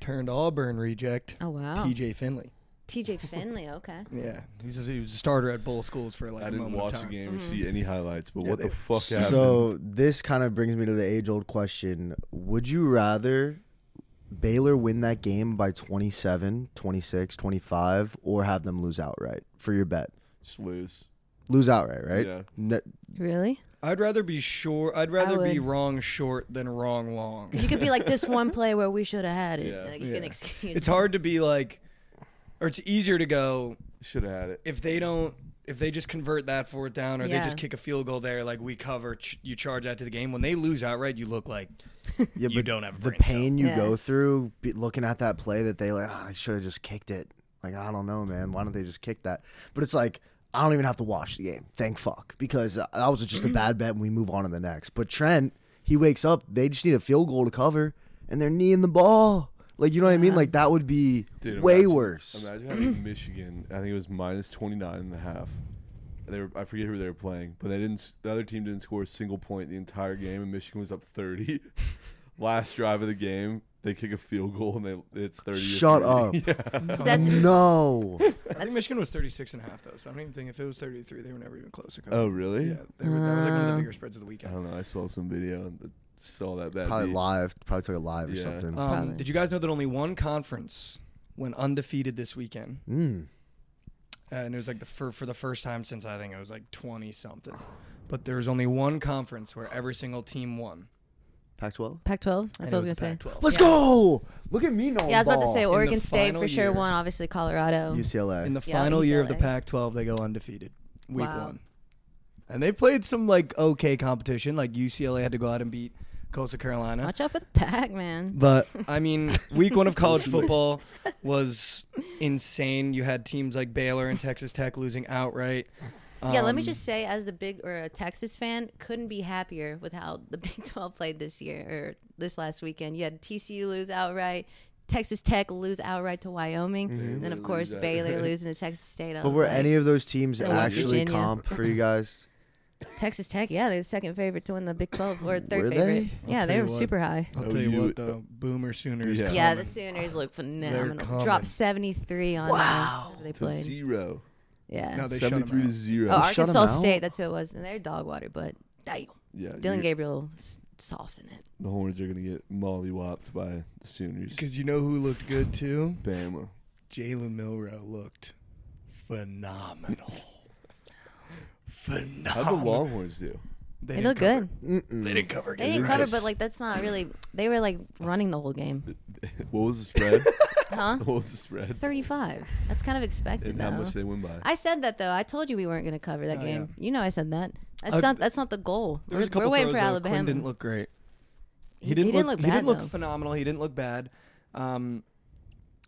[SPEAKER 1] turned Auburn reject.
[SPEAKER 5] Oh wow,
[SPEAKER 1] TJ Finley.
[SPEAKER 5] TJ Finley. Okay,
[SPEAKER 1] Yeah, he's a, he was a starter at both schools for like
[SPEAKER 3] I
[SPEAKER 1] a
[SPEAKER 3] didn't
[SPEAKER 1] moment
[SPEAKER 3] watch
[SPEAKER 1] of
[SPEAKER 3] the
[SPEAKER 1] time. Mm-hmm.
[SPEAKER 3] game or see any highlights. But what the fuck happened?
[SPEAKER 4] So this kind of brings me to the age-old question: Would you rather Baylor win that game by 27, 26, 25, or have them lose outright for your bet?
[SPEAKER 3] just lose.
[SPEAKER 4] Lose outright, right?
[SPEAKER 3] Yeah.
[SPEAKER 4] Ne-
[SPEAKER 5] really?
[SPEAKER 1] I'd rather be sure. I'd rather be
[SPEAKER 5] would.
[SPEAKER 1] wrong short than wrong long.
[SPEAKER 5] You could be like this one play where we should have had it.
[SPEAKER 3] Yeah.
[SPEAKER 5] Like, you can
[SPEAKER 1] Yeah.
[SPEAKER 5] excuse.
[SPEAKER 1] it's hard to be like, or it's easier to go
[SPEAKER 3] Should have had it.
[SPEAKER 1] if they don't if they just convert that fourth down or
[SPEAKER 5] Yeah.
[SPEAKER 1] they just kick a field goal there like we cover ch- you charge out to the game when they lose outright you look like
[SPEAKER 4] yeah,
[SPEAKER 1] You don't have a
[SPEAKER 4] the
[SPEAKER 1] brain cell.
[SPEAKER 4] pain you
[SPEAKER 5] Yeah.
[SPEAKER 4] go through be, looking at that play that they like. "Ah, I should have just kicked it. Like I don't know, man. Why don't they just kick that? But it's like I don't even have to watch the game. Thank fuck, because uh, that was just a bad bet, and we move on to the next. But Trent, he wakes up. They just need a field goal to cover, and they're kneeing the ball. Like you know what I mean? Like that would be
[SPEAKER 3] Dude,
[SPEAKER 4] way
[SPEAKER 3] imagine-
[SPEAKER 4] worse.
[SPEAKER 3] Imagine having Michigan. I think it was minus 29 and a half. They were, I forget who they were playing, but they didn't. s- The other team didn't score a single point the entire game, and Michigan was up 30. Last drive of the game, they kick a field goal, and they it's 30. to
[SPEAKER 4] Shut
[SPEAKER 3] 3. Yeah.
[SPEAKER 5] So that's
[SPEAKER 4] no.
[SPEAKER 1] i think michigan was 36 and a half though so i don't even think if it was 33 they were never even close to
[SPEAKER 3] Oh,
[SPEAKER 1] covering.
[SPEAKER 3] really?
[SPEAKER 1] yeah they were, that was like one of
[SPEAKER 5] Uh.
[SPEAKER 1] the bigger spreads of the
[SPEAKER 3] I
[SPEAKER 1] weekend
[SPEAKER 3] don't know. I saw some video and th- saw that that
[SPEAKER 4] probably
[SPEAKER 3] beat.
[SPEAKER 4] live. Probably took it live or
[SPEAKER 3] Yeah.
[SPEAKER 4] something.
[SPEAKER 1] um,
[SPEAKER 5] Probably.
[SPEAKER 1] did you guys know that only one conference went undefeated this weekend
[SPEAKER 4] Mm.
[SPEAKER 1] uh, and it was like the fir- for the first time since i think it was like 20 something but there was only one conference where every single team won
[SPEAKER 4] Pac-12.
[SPEAKER 5] Pac-12. That's
[SPEAKER 1] and
[SPEAKER 5] what I
[SPEAKER 1] it
[SPEAKER 5] was gonna say.
[SPEAKER 1] the Pac-12.
[SPEAKER 4] Let's go. Look at me knowing.
[SPEAKER 5] Yeah, I was about to say
[SPEAKER 1] the
[SPEAKER 5] Oregon State
[SPEAKER 1] final
[SPEAKER 5] for sure
[SPEAKER 1] year-
[SPEAKER 5] won. Obviously Colorado.
[SPEAKER 4] UCLA.
[SPEAKER 1] In the
[SPEAKER 5] Yeah,
[SPEAKER 1] final year of the
[SPEAKER 5] UCLA.
[SPEAKER 1] Pac 12, they go undefeated week
[SPEAKER 5] Wow.
[SPEAKER 1] one. And they played some like okay competition. Like UCLA had to go out and beat Coastal Carolina.
[SPEAKER 5] Watch out for the pack, man.
[SPEAKER 1] But I mean, week one of college football was insane. You had teams like Baylor and Texas Tech losing outright.
[SPEAKER 5] yeah, let me
[SPEAKER 1] Um,
[SPEAKER 5] just say, as a big or a Texas fan, couldn't be happier with how the Big 12 played this year or this last weekend. You had TCU lose outright, Texas Tech lose outright to Wyoming, and then of
[SPEAKER 3] Baylor
[SPEAKER 5] course
[SPEAKER 3] lose
[SPEAKER 5] Baylor
[SPEAKER 3] outright.
[SPEAKER 5] losing to Texas State. I
[SPEAKER 4] But
[SPEAKER 5] was
[SPEAKER 4] were
[SPEAKER 5] like,
[SPEAKER 4] any of those teams
[SPEAKER 5] Or West
[SPEAKER 4] actually
[SPEAKER 5] Virginia.
[SPEAKER 4] comp for you guys?
[SPEAKER 5] Texas Tech? Yeah, they're the second favorite to win the Big 12 or third
[SPEAKER 4] Were they?
[SPEAKER 5] favorite.
[SPEAKER 1] I'll
[SPEAKER 5] Yeah,
[SPEAKER 1] tell
[SPEAKER 5] they
[SPEAKER 1] you
[SPEAKER 5] were
[SPEAKER 1] what.
[SPEAKER 5] super high.
[SPEAKER 1] I'll
[SPEAKER 3] Oh,
[SPEAKER 1] tell you,
[SPEAKER 3] you-
[SPEAKER 1] what, the Boomer Sooners.
[SPEAKER 3] Yeah.
[SPEAKER 1] Yeah.
[SPEAKER 5] Yeah, the Sooners look phenomenal.
[SPEAKER 1] coming.
[SPEAKER 5] Dropped 73 on wow. they
[SPEAKER 3] to
[SPEAKER 5] played.
[SPEAKER 3] zero.
[SPEAKER 5] Yeah.
[SPEAKER 1] No, they shut 'em
[SPEAKER 3] 73 to
[SPEAKER 1] out.
[SPEAKER 3] zero.
[SPEAKER 5] oh,
[SPEAKER 4] shut 'em
[SPEAKER 5] Arkansas
[SPEAKER 4] out?
[SPEAKER 5] State, that's who it was. And they're dog water, but damn,
[SPEAKER 3] yeah,
[SPEAKER 5] Dylan
[SPEAKER 3] you-
[SPEAKER 5] Gabriel s- sauce in it.
[SPEAKER 3] The Horns are gonna get mollywopped by the Sooners.
[SPEAKER 1] Because you know who looked good too?
[SPEAKER 3] Bama.
[SPEAKER 1] Jalen Milrow looked phenomenal.
[SPEAKER 3] How'd the
[SPEAKER 1] phenomenal.
[SPEAKER 3] Longhorns do?
[SPEAKER 1] They
[SPEAKER 5] They
[SPEAKER 1] didn't
[SPEAKER 5] look
[SPEAKER 1] cover.
[SPEAKER 5] good.
[SPEAKER 1] They didn't cover
[SPEAKER 5] They
[SPEAKER 1] against
[SPEAKER 5] didn't
[SPEAKER 1] Rice.
[SPEAKER 5] cover, but like that's not really. They were like running the whole game,
[SPEAKER 3] What was the spread?
[SPEAKER 5] huh?
[SPEAKER 3] what was the spread?
[SPEAKER 5] Thirty-five. That's kind of expected,
[SPEAKER 3] And
[SPEAKER 5] though.
[SPEAKER 3] how much they win by?
[SPEAKER 5] I said that though. I told you we weren't going to cover that
[SPEAKER 1] Oh,
[SPEAKER 5] game. You know, I said that. That's
[SPEAKER 1] Uh,
[SPEAKER 5] not. That's not the goal.
[SPEAKER 1] There
[SPEAKER 5] We're,
[SPEAKER 1] was a couple
[SPEAKER 5] we're waiting
[SPEAKER 1] throws,
[SPEAKER 5] for
[SPEAKER 1] though.
[SPEAKER 5] Alabama.
[SPEAKER 1] Quinn didn't look great.
[SPEAKER 5] He- he didn't look
[SPEAKER 1] He
[SPEAKER 5] bad,
[SPEAKER 1] didn't look
[SPEAKER 5] though.
[SPEAKER 1] phenomenal. He didn't look bad. Um,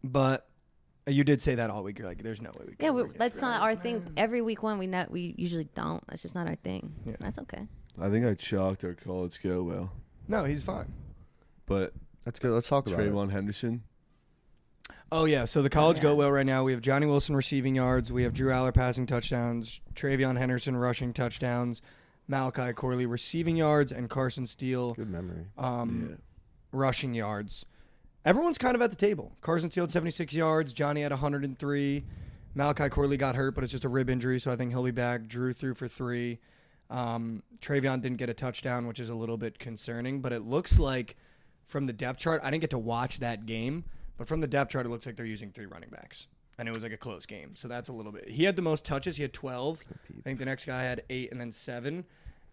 [SPEAKER 1] but you did say that all week. You're like, "There's no way we."
[SPEAKER 5] yeah,
[SPEAKER 1] cover
[SPEAKER 5] we,
[SPEAKER 1] against
[SPEAKER 5] that's
[SPEAKER 1] Rice.
[SPEAKER 5] not our thing. Every week one, we not. We usually don't. That's just not our thing.
[SPEAKER 1] Yeah.
[SPEAKER 5] That's okay.
[SPEAKER 3] I think I chalked our college go well,
[SPEAKER 1] No, he's fine.
[SPEAKER 3] but
[SPEAKER 4] That's good. Let's talk about
[SPEAKER 3] Trayvon Henderson.
[SPEAKER 1] Oh yeah. So the college
[SPEAKER 5] yeah.
[SPEAKER 1] go well right now. We have Johnny Wilson receiving yards. We have Drew Aller passing touchdowns. Travion Henderson rushing touchdowns. Malachi Corley receiving yards and Carson Steele
[SPEAKER 4] it. Good memory.
[SPEAKER 1] um,
[SPEAKER 3] yeah,
[SPEAKER 1] rushing yards. Everyone's kind of at the table. Carson Steele had 76 yards. Johnny had 103. Malachi Corley got hurt, but it's just a rib injury, so I think he'll be back. Drew threw for three. Um, Travion didn't get a touchdown, which is a little bit concerning, but it looks like from the depth chart, I didn't get to watch that game, but from the depth chart, it looks like they're using three running backs. and it was like a close game. So that's a little bit. He had the most touches. He had 12. I think the next guy had eight and then seven.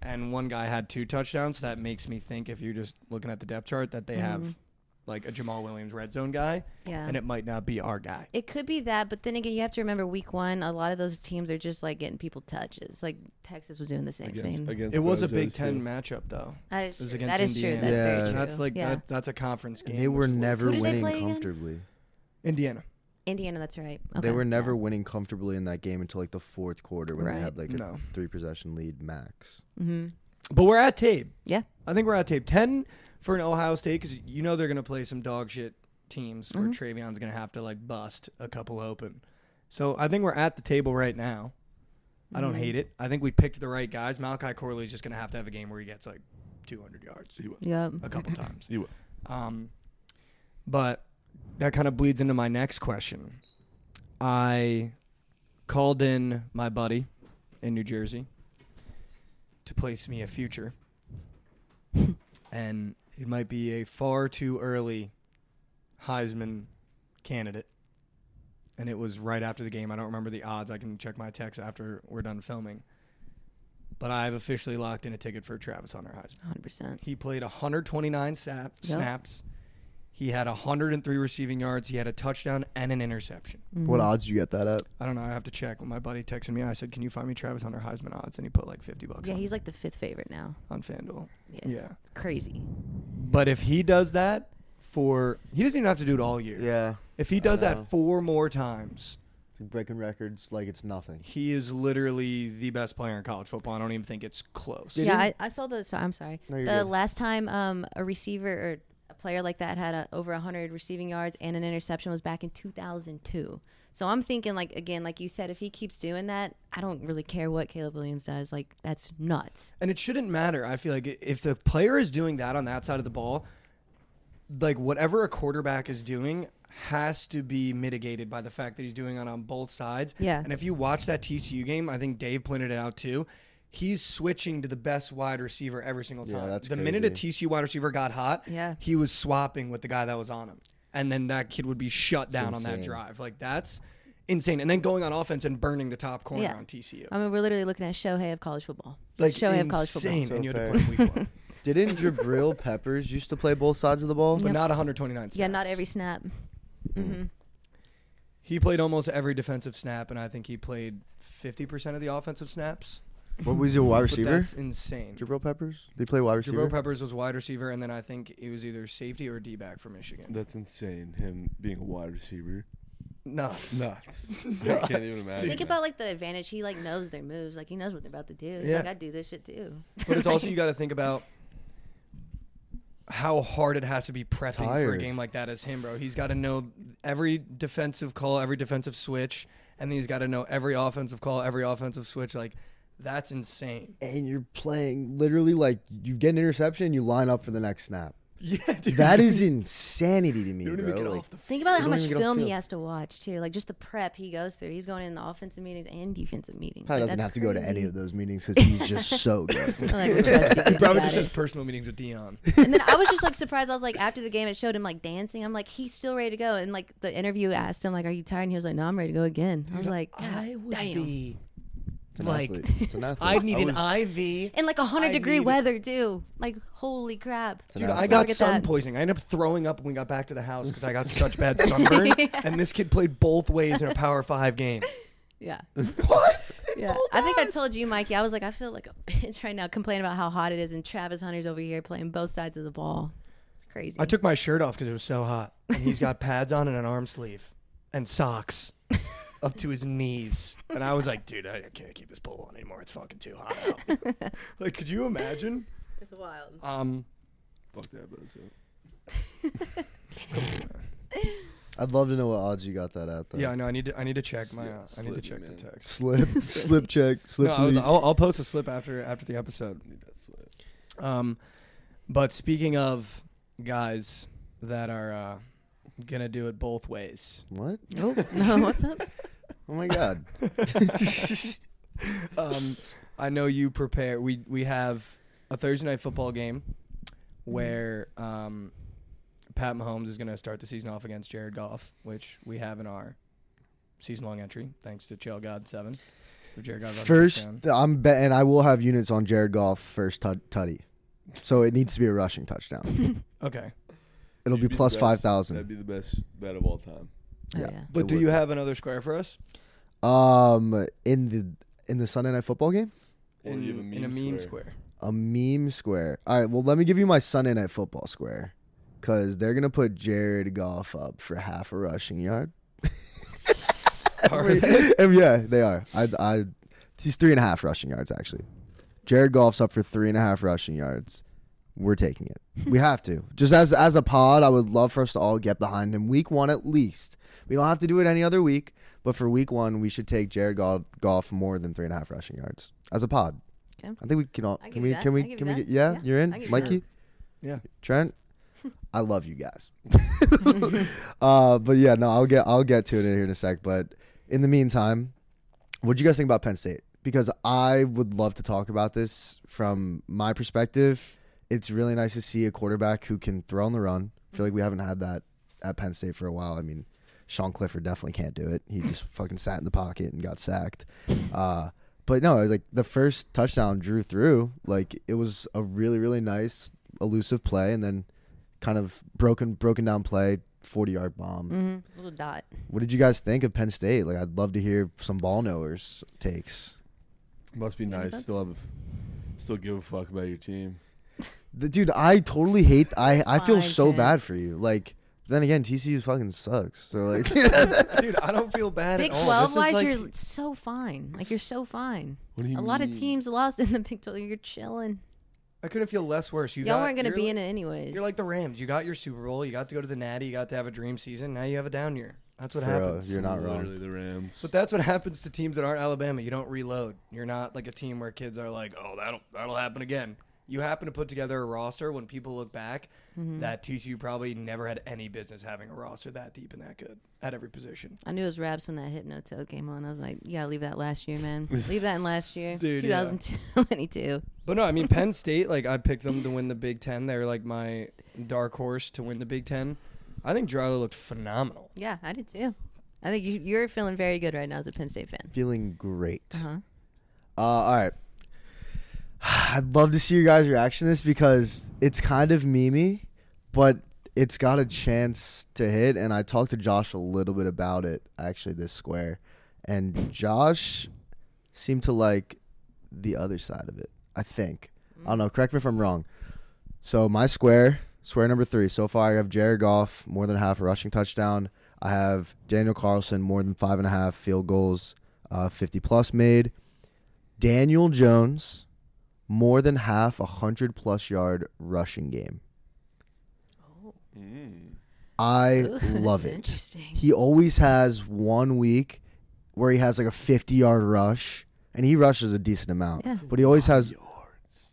[SPEAKER 1] And one guy had two touchdowns. So that makes me think, if you're just looking at the depth chart, that they have like a Jamal Williams red zone guy.
[SPEAKER 5] Mm-hmm. Yeah.
[SPEAKER 1] And it might not be our guy.
[SPEAKER 5] It could be that, but then again, you have to remember week one. A lot of those teams are just like getting people touches. Like Texas was doing the same
[SPEAKER 3] against,
[SPEAKER 5] thing.
[SPEAKER 3] against
[SPEAKER 1] It was a
[SPEAKER 3] Bozos,
[SPEAKER 1] Big
[SPEAKER 3] too.
[SPEAKER 1] Ten matchup, though.
[SPEAKER 5] That is
[SPEAKER 1] It was
[SPEAKER 5] true.
[SPEAKER 1] against
[SPEAKER 5] That is true.
[SPEAKER 1] Indiana.
[SPEAKER 5] That's
[SPEAKER 4] Yeah.
[SPEAKER 5] very true.
[SPEAKER 1] That's like
[SPEAKER 5] yeah.
[SPEAKER 1] that, that's a conference game.
[SPEAKER 4] They
[SPEAKER 1] which
[SPEAKER 4] were
[SPEAKER 1] is what-
[SPEAKER 4] never
[SPEAKER 5] Who did they
[SPEAKER 4] winning
[SPEAKER 5] play again?
[SPEAKER 4] comfortably.
[SPEAKER 1] Indiana.
[SPEAKER 5] Indiana. That's right. Okay.
[SPEAKER 4] They were never winning comfortably in that game until like the fourth quarter when
[SPEAKER 5] Right.
[SPEAKER 4] they had like a
[SPEAKER 1] No.
[SPEAKER 4] three possession lead max.
[SPEAKER 5] hmm
[SPEAKER 1] But we're at tape.
[SPEAKER 5] Yeah.
[SPEAKER 1] I think we're at tape ten for an Ohio State because you know they're gonna play some dog shit teams where Travion's gonna have to like bust a couple open. So I think we're at the table right now. I don't hate it. I think we picked the right guys. Malachi Corley's just gonna have to have a game where he gets like 200 yards
[SPEAKER 3] He will.
[SPEAKER 5] Yep.
[SPEAKER 1] a couple times.
[SPEAKER 3] He will.
[SPEAKER 1] Um, but that kind of bleeds into my next question. I called in my buddy in New Jersey to place me a future, and it might be a far too early Heisman candidate. And it was right after the game. I don't remember the odds. I can check my text after we're done filming. But I've officially locked in a ticket for Travis Hunter Heisman.
[SPEAKER 5] 100%.
[SPEAKER 1] He played 129 sap,
[SPEAKER 5] Yep.
[SPEAKER 1] snaps. He had 103 receiving yards. He had a touchdown and an interception.
[SPEAKER 5] Mm-hmm.
[SPEAKER 4] What odds did you get that at?
[SPEAKER 1] I don't know. I have to check. When my buddy texted me, I said, "Can you find me Travis Hunter Heisman odds?" And he put like 50 bucks
[SPEAKER 5] Yeah,
[SPEAKER 1] on,
[SPEAKER 5] he's like the fifth favorite now.
[SPEAKER 1] on FanDuel.
[SPEAKER 5] Yeah.
[SPEAKER 1] Yeah.
[SPEAKER 5] It's crazy.
[SPEAKER 1] But if he does that for, he doesn't even have to do it all year.
[SPEAKER 4] Yeah.
[SPEAKER 1] If he
[SPEAKER 4] I
[SPEAKER 1] does
[SPEAKER 4] know.
[SPEAKER 1] that four more times,
[SPEAKER 4] It's like breaking records like it's nothing.
[SPEAKER 1] he is literally the best player in college football. I don't even think it's close.
[SPEAKER 4] Did
[SPEAKER 5] yeah,
[SPEAKER 4] he?
[SPEAKER 5] I, I saw the. So, I'm sorry.
[SPEAKER 4] No,
[SPEAKER 5] the
[SPEAKER 4] you're good.
[SPEAKER 5] last time um, a receiver or a player like that had a, over 100 receiving yards and an interception was back in 2002. So I'm thinking, like again, like you said, if he keeps doing that, I don't really care what Caleb Williams does. Like that's nuts.
[SPEAKER 1] And it shouldn't matter. I feel like i- if the player is doing that on that side of the ball, like whatever a quarterback is doing has to be mitigated by the fact that he's doing it on both sides.
[SPEAKER 5] Yeah.
[SPEAKER 1] And if you watch that TCU game, I think Dave pointed it out too. He's switching to the best wide receiver every single time.
[SPEAKER 4] that's
[SPEAKER 1] the minute a
[SPEAKER 4] crazy.
[SPEAKER 1] TCU wide receiver got hot,
[SPEAKER 5] Yeah.
[SPEAKER 1] he was swapping with the guy that was on him. And then that kid would be shut down on that
[SPEAKER 4] insane.
[SPEAKER 1] drive. Like that's insane. And then going on offense and burning the top corner
[SPEAKER 5] Yeah.
[SPEAKER 1] on TCU.
[SPEAKER 5] I mean, we're literally looking at Shohei of college football.
[SPEAKER 1] Like
[SPEAKER 5] Shohei of college football.
[SPEAKER 1] insane.
[SPEAKER 4] So
[SPEAKER 1] and you had to
[SPEAKER 4] fair.
[SPEAKER 1] put him week one.
[SPEAKER 4] Didn't Jabril Peppers used to play both sides of the ball?
[SPEAKER 1] but not 129 snaps.
[SPEAKER 5] Yeah, not every snap.
[SPEAKER 4] Mm-hmm.
[SPEAKER 5] Mm-hmm.
[SPEAKER 1] He played almost every defensive snap, and I think he played 50% of the offensive snaps.
[SPEAKER 4] What was your wide
[SPEAKER 1] But
[SPEAKER 4] receiver?
[SPEAKER 1] that's insane.
[SPEAKER 4] Jabril Peppers? They play wide receiver.
[SPEAKER 1] Jabril Peppers was wide receiver, and then I think it was either safety or D back for Michigan.
[SPEAKER 3] That's insane. Him being a wide receiver.
[SPEAKER 1] Nuts.
[SPEAKER 3] Nuts. I can't even imagine.
[SPEAKER 5] Think about like the advantage. He like knows their moves. Like he knows what they're about to do. He's
[SPEAKER 1] Yeah.
[SPEAKER 5] Like I do this shit too.
[SPEAKER 1] But it's also, you got to think about how hard it has to be prepping for a
[SPEAKER 4] Tired.
[SPEAKER 1] game like that as him, bro. He's got to know every defensive call, every defensive switch, and then he's got to know every offensive call, every offensive switch. Like, that's insane.
[SPEAKER 4] And you're playing literally like you get an interception, you line up for the next snap.
[SPEAKER 1] Yeah, dude.
[SPEAKER 4] That is insanity to me,
[SPEAKER 1] You don't
[SPEAKER 4] bro.
[SPEAKER 1] even get
[SPEAKER 4] Like,
[SPEAKER 1] off the
[SPEAKER 5] Think about
[SPEAKER 4] They
[SPEAKER 5] how
[SPEAKER 4] don't
[SPEAKER 5] much
[SPEAKER 4] even get off
[SPEAKER 5] film he
[SPEAKER 4] field.
[SPEAKER 5] has to watch too. Like just the prep he goes through. He's going in the offensive meetings and defensive meetings.
[SPEAKER 4] probably
[SPEAKER 5] Like,
[SPEAKER 4] doesn't have
[SPEAKER 5] that's
[SPEAKER 4] to go to
[SPEAKER 5] crazy.
[SPEAKER 4] any of those meetings because he's just so good.
[SPEAKER 5] Like, we trust you,
[SPEAKER 1] He
[SPEAKER 5] you
[SPEAKER 1] probably
[SPEAKER 5] got
[SPEAKER 1] just
[SPEAKER 5] it.
[SPEAKER 1] has personal meetings with Dion.
[SPEAKER 5] And then I was just like surprised. I was like, after the game, it showed him like dancing. I'm like, he's still ready to go. And like the interview asked him, like, are you tired? And he was like, no, I'm ready to go again. I was like, God damn.
[SPEAKER 4] It's an
[SPEAKER 1] Like,
[SPEAKER 4] athlete. It's an athlete.
[SPEAKER 1] I'd need
[SPEAKER 3] I was-
[SPEAKER 1] an IV.
[SPEAKER 5] And like 100
[SPEAKER 1] I
[SPEAKER 5] degree
[SPEAKER 1] need-
[SPEAKER 5] weather too. Like, holy crap.
[SPEAKER 1] Dude,
[SPEAKER 4] an
[SPEAKER 1] I
[SPEAKER 4] athlete.
[SPEAKER 1] got
[SPEAKER 5] Look at
[SPEAKER 1] sun
[SPEAKER 5] that.
[SPEAKER 1] poisoning. I ended up throwing up when we got back to the house because I got such bad sunburn. And this kid played both ways in a Power Five game.
[SPEAKER 5] Yeah.
[SPEAKER 1] What?
[SPEAKER 5] Yeah. I think I told you, Mikey, I was like, I feel like a bitch right now complaining about how hot it is. And Travis Hunter's over here playing both sides of the ball. It's crazy.
[SPEAKER 1] I took my shirt off because it was so hot. And he's got pads on and an arm sleeve and socks up to his knees. And I was like, dude, I can't keep this pole on anymore. It's fucking too hot out. like, could you imagine?
[SPEAKER 5] it's wild.
[SPEAKER 1] Um,
[SPEAKER 3] Fuck that, Bozo.
[SPEAKER 4] I'd love to know what odds you got that at. Though.
[SPEAKER 1] yeah, I know. I need to. I need to check my. Uh, I need to
[SPEAKER 3] Slip,
[SPEAKER 1] check
[SPEAKER 3] man.
[SPEAKER 1] the text.
[SPEAKER 4] Slip, slip check, slip.
[SPEAKER 1] No, I was,
[SPEAKER 4] please.
[SPEAKER 1] I'll, I'll post a slip after after the episode.
[SPEAKER 3] Need that slip.
[SPEAKER 1] Um, but speaking of guys that are uh, gonna do it both ways,
[SPEAKER 4] what?
[SPEAKER 5] Oh, no, what's up?
[SPEAKER 4] Oh my god!
[SPEAKER 1] um, I know you prepare. We we have a Thursday night football game where um, Pat Mahomes is gonna start the season off against Jared Goff, which we have in our season long entry, thanks to Chael God Seven. for Jared Goff,
[SPEAKER 4] First, I'm betting I will have units on Jared Goff first tut- tutty. So it needs to be a rushing touchdown.
[SPEAKER 1] okay.
[SPEAKER 4] It'll
[SPEAKER 3] You'd
[SPEAKER 4] be, plus
[SPEAKER 3] the best-
[SPEAKER 4] five
[SPEAKER 3] That'd
[SPEAKER 4] thousand.
[SPEAKER 3] be the best bet of all time.
[SPEAKER 2] Oh,
[SPEAKER 4] Yeah.
[SPEAKER 2] yeah.
[SPEAKER 1] But do you have another square for us
[SPEAKER 4] Um, in the in the Sunday night football game,
[SPEAKER 3] Or
[SPEAKER 1] in,
[SPEAKER 3] you have a
[SPEAKER 1] in a
[SPEAKER 3] meme
[SPEAKER 1] meme
[SPEAKER 3] square.
[SPEAKER 1] square?
[SPEAKER 4] a meme square. All right. Well, let me give you my Sunday night football square, because they're gonna put Jared Goff up for half a rushing yard.
[SPEAKER 1] Are-
[SPEAKER 4] And Um, yeah, they are. I, I, he's three and a half rushing yards actually. Jared Goff's up for three and a half rushing yards. We're taking it. We have to. Just as as a pod, I would love for us to all get behind him. Week one at least. We don't have to do it any other week, but for week one, we should take Jared Goff, Goff more than three and a half rushing yards as a pod.
[SPEAKER 5] Okay.
[SPEAKER 4] I think we can all.
[SPEAKER 5] I'll give
[SPEAKER 4] Can
[SPEAKER 5] you
[SPEAKER 4] we,
[SPEAKER 5] that.
[SPEAKER 4] can we?
[SPEAKER 5] I'll give you
[SPEAKER 4] Can we?
[SPEAKER 5] that.
[SPEAKER 4] Get, yeah,
[SPEAKER 5] Yeah,
[SPEAKER 4] you're
[SPEAKER 5] I'll give
[SPEAKER 4] in,
[SPEAKER 5] you
[SPEAKER 4] Mikey.
[SPEAKER 1] Yeah.
[SPEAKER 4] Trent, I love you guys. uh, but yeah, no, I'll get I'll get to it here in a sec. But in the meantime, what do you guys think about Penn State? Because I would love to talk about this from my perspective. It's really nice to see a quarterback who can throw on the run. I feel like we haven't had that at Penn State for a while. I mean, Sean Clifford definitely can't do it. He just fucking sat in the pocket and got sacked. Uh, but no, it was like the first touchdown drew through. Like it was a really, really nice, elusive play, and then kind of broken, broken down play, forty yard bomb.
[SPEAKER 5] Mm-hmm. Little dot.
[SPEAKER 4] What did you guys think of Penn State? Like, I'd love to hear some ball knowers takes.
[SPEAKER 3] Must be nice.
[SPEAKER 5] that's-
[SPEAKER 3] Still have, a- still give a fuck about your team.
[SPEAKER 4] The, dude, I totally hate. I I feel
[SPEAKER 5] Fine,
[SPEAKER 4] so
[SPEAKER 5] Ken.
[SPEAKER 4] bad for you. Like, then again, TCU fucking sucks. So like,
[SPEAKER 1] Dude, I don't feel bad
[SPEAKER 5] Big
[SPEAKER 1] at all. This
[SPEAKER 5] Twelve
[SPEAKER 1] is
[SPEAKER 5] wise,
[SPEAKER 1] like-
[SPEAKER 5] you're so fine. Like you're so fine.
[SPEAKER 3] What do you
[SPEAKER 5] A lot of
[SPEAKER 3] mean?
[SPEAKER 5] teams lost in the Big Twelve. You're chilling.
[SPEAKER 1] I couldn't feel less worse. You
[SPEAKER 5] Y'all
[SPEAKER 1] got-
[SPEAKER 5] weren't gonna
[SPEAKER 1] you're
[SPEAKER 5] be
[SPEAKER 1] like-
[SPEAKER 5] in it anyways.
[SPEAKER 1] You're like the Rams. You got your Super Bowl. You got to go to the Natty. You got to have a dream season. Now you have a down year. That's what
[SPEAKER 4] For, uh,
[SPEAKER 1] happens.
[SPEAKER 4] You're not wrong.
[SPEAKER 3] Literally the Rams.
[SPEAKER 1] But that's what happens to teams that aren't Alabama. You don't reload. You're not like a team where kids are like, "Oh, that'll that'll happen again." You happen to put together a roster when people look back
[SPEAKER 5] Mm-hmm.
[SPEAKER 1] that TCU probably never had any business having a roster that deep and that good at every position.
[SPEAKER 5] I knew it was Rabs when that hypno toe came on. I was like, you gotta leave that last year, man. leave that in last year.
[SPEAKER 1] Dude, yeah.
[SPEAKER 5] 2022.
[SPEAKER 1] But no, I mean Penn State. Like I picked them to win the Big Ten. They're like my dark horse to win the Big Ten. I think Dryler looked phenomenal.
[SPEAKER 5] Yeah, I did too. I think you, you're feeling very good right now as a Penn State fan.
[SPEAKER 4] feeling great.
[SPEAKER 5] Uh-huh.
[SPEAKER 4] Uh, all right. I'd love to see your guys' reaction to this because it's kind of memey, but it's got a chance to hit. And I talked to Josh a little bit about it actually this square, and Josh seemed to like the other side of it. I think. I don't know. Correct me if I'm wrong. So my square, square number three. So far, I have Jared Goff more than half a rushing touchdown. I have Daniel Carlson more than five and a half field goals, uh, fifty plus made. Daniel Jones more than half a hundred plus yard rushing game.
[SPEAKER 3] Mm.
[SPEAKER 4] I
[SPEAKER 5] Ooh,
[SPEAKER 4] love
[SPEAKER 5] that's
[SPEAKER 4] it.
[SPEAKER 5] Interesting.
[SPEAKER 4] He always has one week where he has like a fifty yard rush, and he rushes a decent amount.
[SPEAKER 5] Yeah.
[SPEAKER 4] But he always has.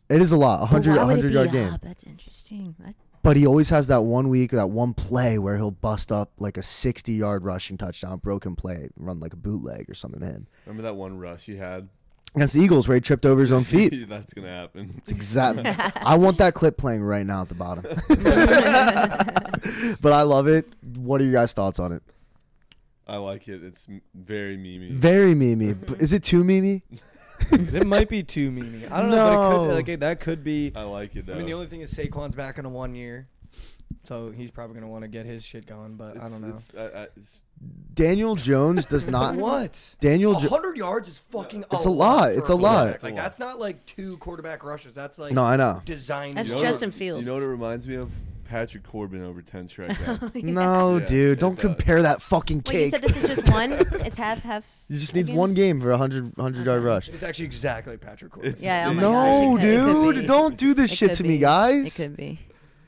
[SPEAKER 4] It is a lot, a
[SPEAKER 5] But
[SPEAKER 4] 100,
[SPEAKER 5] why would it
[SPEAKER 4] 100
[SPEAKER 5] be
[SPEAKER 4] yard game.
[SPEAKER 5] up? That's interesting. That,
[SPEAKER 4] But he always has that one week, that one play where he'll bust up like a 60 yard rushing touchdown, broken play, run like a bootleg or something to him.
[SPEAKER 3] Remember that one rush you had?
[SPEAKER 4] Against the Eagles where he tripped over his own feet.
[SPEAKER 3] That's gonna happen.
[SPEAKER 4] It's exactly. I want that clip playing right now at the bottom. but I love it. What are your guys' thoughts on it?
[SPEAKER 3] I like it. It's m- very memey.
[SPEAKER 4] Very memey. But Is it too memey?
[SPEAKER 1] it might be too memey. I don't know, but
[SPEAKER 4] No.
[SPEAKER 1] it could, like, that could be.
[SPEAKER 3] I like it though.
[SPEAKER 1] I mean, the only thing is Saquon's back in a one year, so he's probably gonna want to get his shit going. But I
[SPEAKER 3] It's-
[SPEAKER 1] don't know.
[SPEAKER 3] it's- I- I- it's-
[SPEAKER 4] Daniel Jones does not.
[SPEAKER 1] What?
[SPEAKER 4] Daniel
[SPEAKER 1] A
[SPEAKER 4] Jo-
[SPEAKER 1] hundred yards is fucking.
[SPEAKER 4] It's a lot.
[SPEAKER 1] for
[SPEAKER 4] It's a lot.
[SPEAKER 1] quarterback.
[SPEAKER 4] It's
[SPEAKER 3] a
[SPEAKER 1] Like
[SPEAKER 3] lot.
[SPEAKER 1] that's not like two quarterback rushes. That's like
[SPEAKER 4] No, I know.
[SPEAKER 1] designed.
[SPEAKER 5] That's
[SPEAKER 3] you know what
[SPEAKER 1] yards.
[SPEAKER 3] it-
[SPEAKER 5] Justin Fields.
[SPEAKER 3] You know what it reminds me of? Patrick Corbin over ten strikeouts.
[SPEAKER 4] No,
[SPEAKER 3] Yeah,
[SPEAKER 4] dude.
[SPEAKER 3] it
[SPEAKER 4] Don't
[SPEAKER 3] does.
[SPEAKER 4] compare that fucking
[SPEAKER 5] Wait, you
[SPEAKER 4] cake.
[SPEAKER 5] said this is just one? It's half, half.
[SPEAKER 4] You just needs
[SPEAKER 5] again?
[SPEAKER 4] one game for a 100, 100 yard rush.
[SPEAKER 1] It's actually exactly Patrick Corbin.
[SPEAKER 3] It's-
[SPEAKER 5] Yeah. Oh my
[SPEAKER 4] No,
[SPEAKER 5] gosh, it could- it could
[SPEAKER 4] dude,
[SPEAKER 5] be.
[SPEAKER 4] don't do this
[SPEAKER 5] It
[SPEAKER 4] shit
[SPEAKER 5] could
[SPEAKER 4] to
[SPEAKER 5] be.
[SPEAKER 4] me, guys.
[SPEAKER 5] It could be.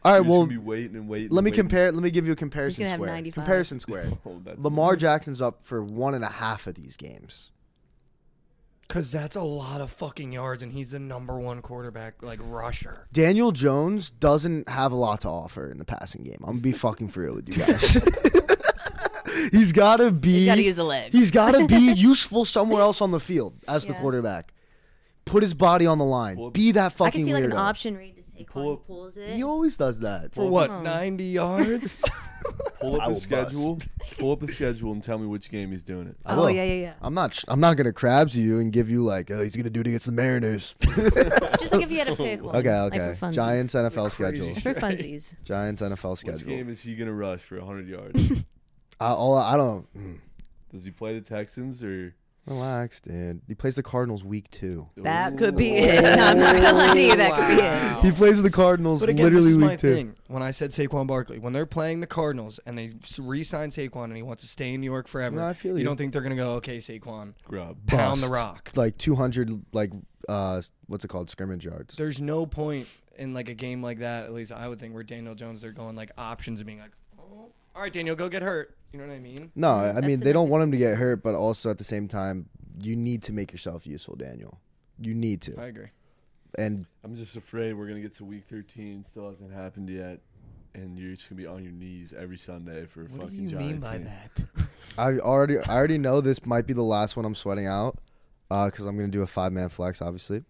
[SPEAKER 4] All
[SPEAKER 3] You're
[SPEAKER 4] right,
[SPEAKER 3] just gonna
[SPEAKER 4] well,
[SPEAKER 3] be waiting and waiting.
[SPEAKER 4] let
[SPEAKER 3] and
[SPEAKER 4] me
[SPEAKER 3] waiting.
[SPEAKER 4] compare. Let me give you a comparison
[SPEAKER 5] have
[SPEAKER 4] square.
[SPEAKER 5] 95.
[SPEAKER 4] Comparison square.
[SPEAKER 3] Oh, that's
[SPEAKER 4] Lamar Jackson's up for one and a half of these games.
[SPEAKER 1] Because that's a lot of fucking yards, and he's the number one quarterback like rusher.
[SPEAKER 4] Daniel Jones doesn't have a lot to offer in the passing game. I'm gonna be fucking for real with you guys. he's gotta be.
[SPEAKER 5] You gotta use the leg.
[SPEAKER 4] He's gotta be useful somewhere else on the field as the
[SPEAKER 5] Yeah.
[SPEAKER 4] quarterback. Put his body on the line.
[SPEAKER 3] Well,
[SPEAKER 4] be that
[SPEAKER 5] I
[SPEAKER 4] fucking
[SPEAKER 5] can see like an
[SPEAKER 4] weirdo.
[SPEAKER 5] option read to Saquon
[SPEAKER 3] Pull up-
[SPEAKER 5] pulls
[SPEAKER 4] He
[SPEAKER 5] it.
[SPEAKER 4] always does that.
[SPEAKER 1] For what? Ninety yards.
[SPEAKER 3] Pull up
[SPEAKER 4] I
[SPEAKER 3] the
[SPEAKER 4] will bust.
[SPEAKER 3] schedule. Pull up the schedule and tell me which game he's doing it.
[SPEAKER 4] I
[SPEAKER 2] oh
[SPEAKER 4] will.
[SPEAKER 2] yeah, yeah, yeah.
[SPEAKER 4] I'm not. sh- I'm not gonna crabs you and give you like, oh, he's gonna do it against the Mariners.
[SPEAKER 5] Just like if you had a pick one.
[SPEAKER 4] okay,
[SPEAKER 5] like,
[SPEAKER 4] okay.
[SPEAKER 5] for funsies.
[SPEAKER 4] Giants NFL schedule.
[SPEAKER 1] shit.
[SPEAKER 5] For funsies.
[SPEAKER 4] Giants NFL
[SPEAKER 3] Which game
[SPEAKER 4] schedule.
[SPEAKER 3] is he gonna rush for 100 yards?
[SPEAKER 4] I, all I I don't. mm.
[SPEAKER 3] Does he play the Texans or?
[SPEAKER 4] Relax, dude. He plays the Cardinals week two.
[SPEAKER 2] That
[SPEAKER 3] Ooh.
[SPEAKER 2] could be it. No, I'm not gonna lie to you. That could be it.
[SPEAKER 1] Wow.
[SPEAKER 4] He plays the Cardinals
[SPEAKER 1] Oh. But again,
[SPEAKER 4] literally
[SPEAKER 1] this is my
[SPEAKER 4] week two.
[SPEAKER 1] thing. When I said Saquon Barkley, when they're playing the Cardinals and they s- re-sign Saquon and he wants to stay in New York forever,
[SPEAKER 4] No, I feel
[SPEAKER 1] you
[SPEAKER 4] you.
[SPEAKER 1] don't think they're gonna go, okay, Saquon,
[SPEAKER 3] Grub.
[SPEAKER 1] pound the
[SPEAKER 4] Bust.
[SPEAKER 1] rock.
[SPEAKER 4] It's Like 200, like uh, what's it called, scrimmage yards.
[SPEAKER 1] There's no point in like a game like that. At least I would think where Daniel Jones, they're going like options and being like, oh, all right, Daniel, go get hurt. You know what I mean?
[SPEAKER 4] No, I mean
[SPEAKER 5] That's
[SPEAKER 4] they don't want him to get hurt, but also at the same time, you need to make yourself useful, Daniel. You
[SPEAKER 1] I
[SPEAKER 4] need to,
[SPEAKER 1] agree.
[SPEAKER 4] and
[SPEAKER 3] I'm just afraid we're gonna get to week 13. Still hasn't happened yet, and you're just gonna be on your knees every Sunday for a
[SPEAKER 1] What
[SPEAKER 3] fucking
[SPEAKER 1] do you
[SPEAKER 3] Giants
[SPEAKER 1] mean by
[SPEAKER 3] game.
[SPEAKER 1] that?
[SPEAKER 4] I already, I already know this might be the last one I'm sweating out, because I'm gonna do a five man flex, obviously.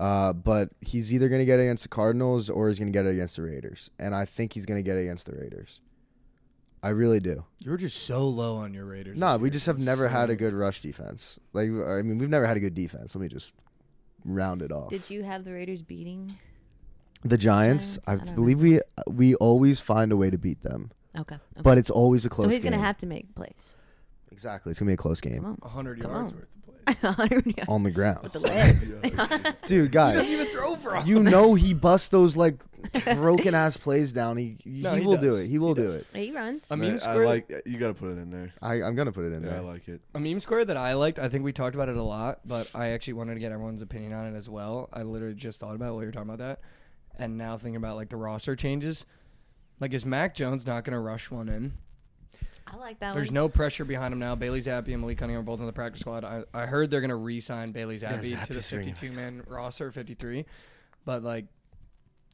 [SPEAKER 4] Uh, but he's either gonna get it against the Cardinals or he's gonna get it against the Raiders, and I think he's gonna get it against the Raiders. I really do.
[SPEAKER 1] You're just so low on your Raiders.
[SPEAKER 4] No,
[SPEAKER 1] this
[SPEAKER 4] we
[SPEAKER 1] year.
[SPEAKER 4] just have never
[SPEAKER 1] So-
[SPEAKER 4] had a good rush defense. Like, I mean, we've never had a good defense. Let me just round it off.
[SPEAKER 5] Did you have the Raiders beating?
[SPEAKER 4] The Giants,
[SPEAKER 5] Giants? I
[SPEAKER 4] I,
[SPEAKER 5] don't
[SPEAKER 4] believe we we always find a way to beat them,
[SPEAKER 5] Okay. okay.
[SPEAKER 4] but it's always a close.
[SPEAKER 5] so he's gonna
[SPEAKER 4] game.
[SPEAKER 5] have to make plays.
[SPEAKER 4] exactly. It's gonna be a close
[SPEAKER 5] Come
[SPEAKER 4] game
[SPEAKER 5] on.
[SPEAKER 1] 100
[SPEAKER 5] Come
[SPEAKER 1] yards
[SPEAKER 5] on.
[SPEAKER 1] worth of plays.
[SPEAKER 5] 100 yards
[SPEAKER 4] on the ground,
[SPEAKER 5] with the legs.
[SPEAKER 4] dude.
[SPEAKER 1] He doesn't
[SPEAKER 4] Guys,
[SPEAKER 1] even throw for a
[SPEAKER 4] you know he busts those like broken ass plays down. He
[SPEAKER 1] No,
[SPEAKER 4] he,
[SPEAKER 1] he
[SPEAKER 4] will do
[SPEAKER 1] does.
[SPEAKER 4] it. He will
[SPEAKER 1] He
[SPEAKER 4] do
[SPEAKER 1] does.
[SPEAKER 4] it.
[SPEAKER 5] he runs.
[SPEAKER 1] I mean,
[SPEAKER 3] I, I
[SPEAKER 1] screw-
[SPEAKER 3] like you. Got to put it in there.
[SPEAKER 4] I I'm gonna put it in
[SPEAKER 3] Yeah, I
[SPEAKER 4] there.
[SPEAKER 3] like it.
[SPEAKER 1] A meme square that I liked, I think we talked about it a lot, but I actually wanted to get everyone's opinion on it as well. I literally just thought about it while you were talking about that. And now thinking about like the roster changes. Like is Mac Jones not gonna rush one in?
[SPEAKER 5] I like that
[SPEAKER 1] There's
[SPEAKER 5] one.
[SPEAKER 1] no pressure behind him now. Bailey Zappi and Malik Cunningham are both on the practice squad. I, I heard they're gonna re-sign Bailey Zappi to the
[SPEAKER 4] Zappi's ringing.
[SPEAKER 1] 52 man roster, 53. But like,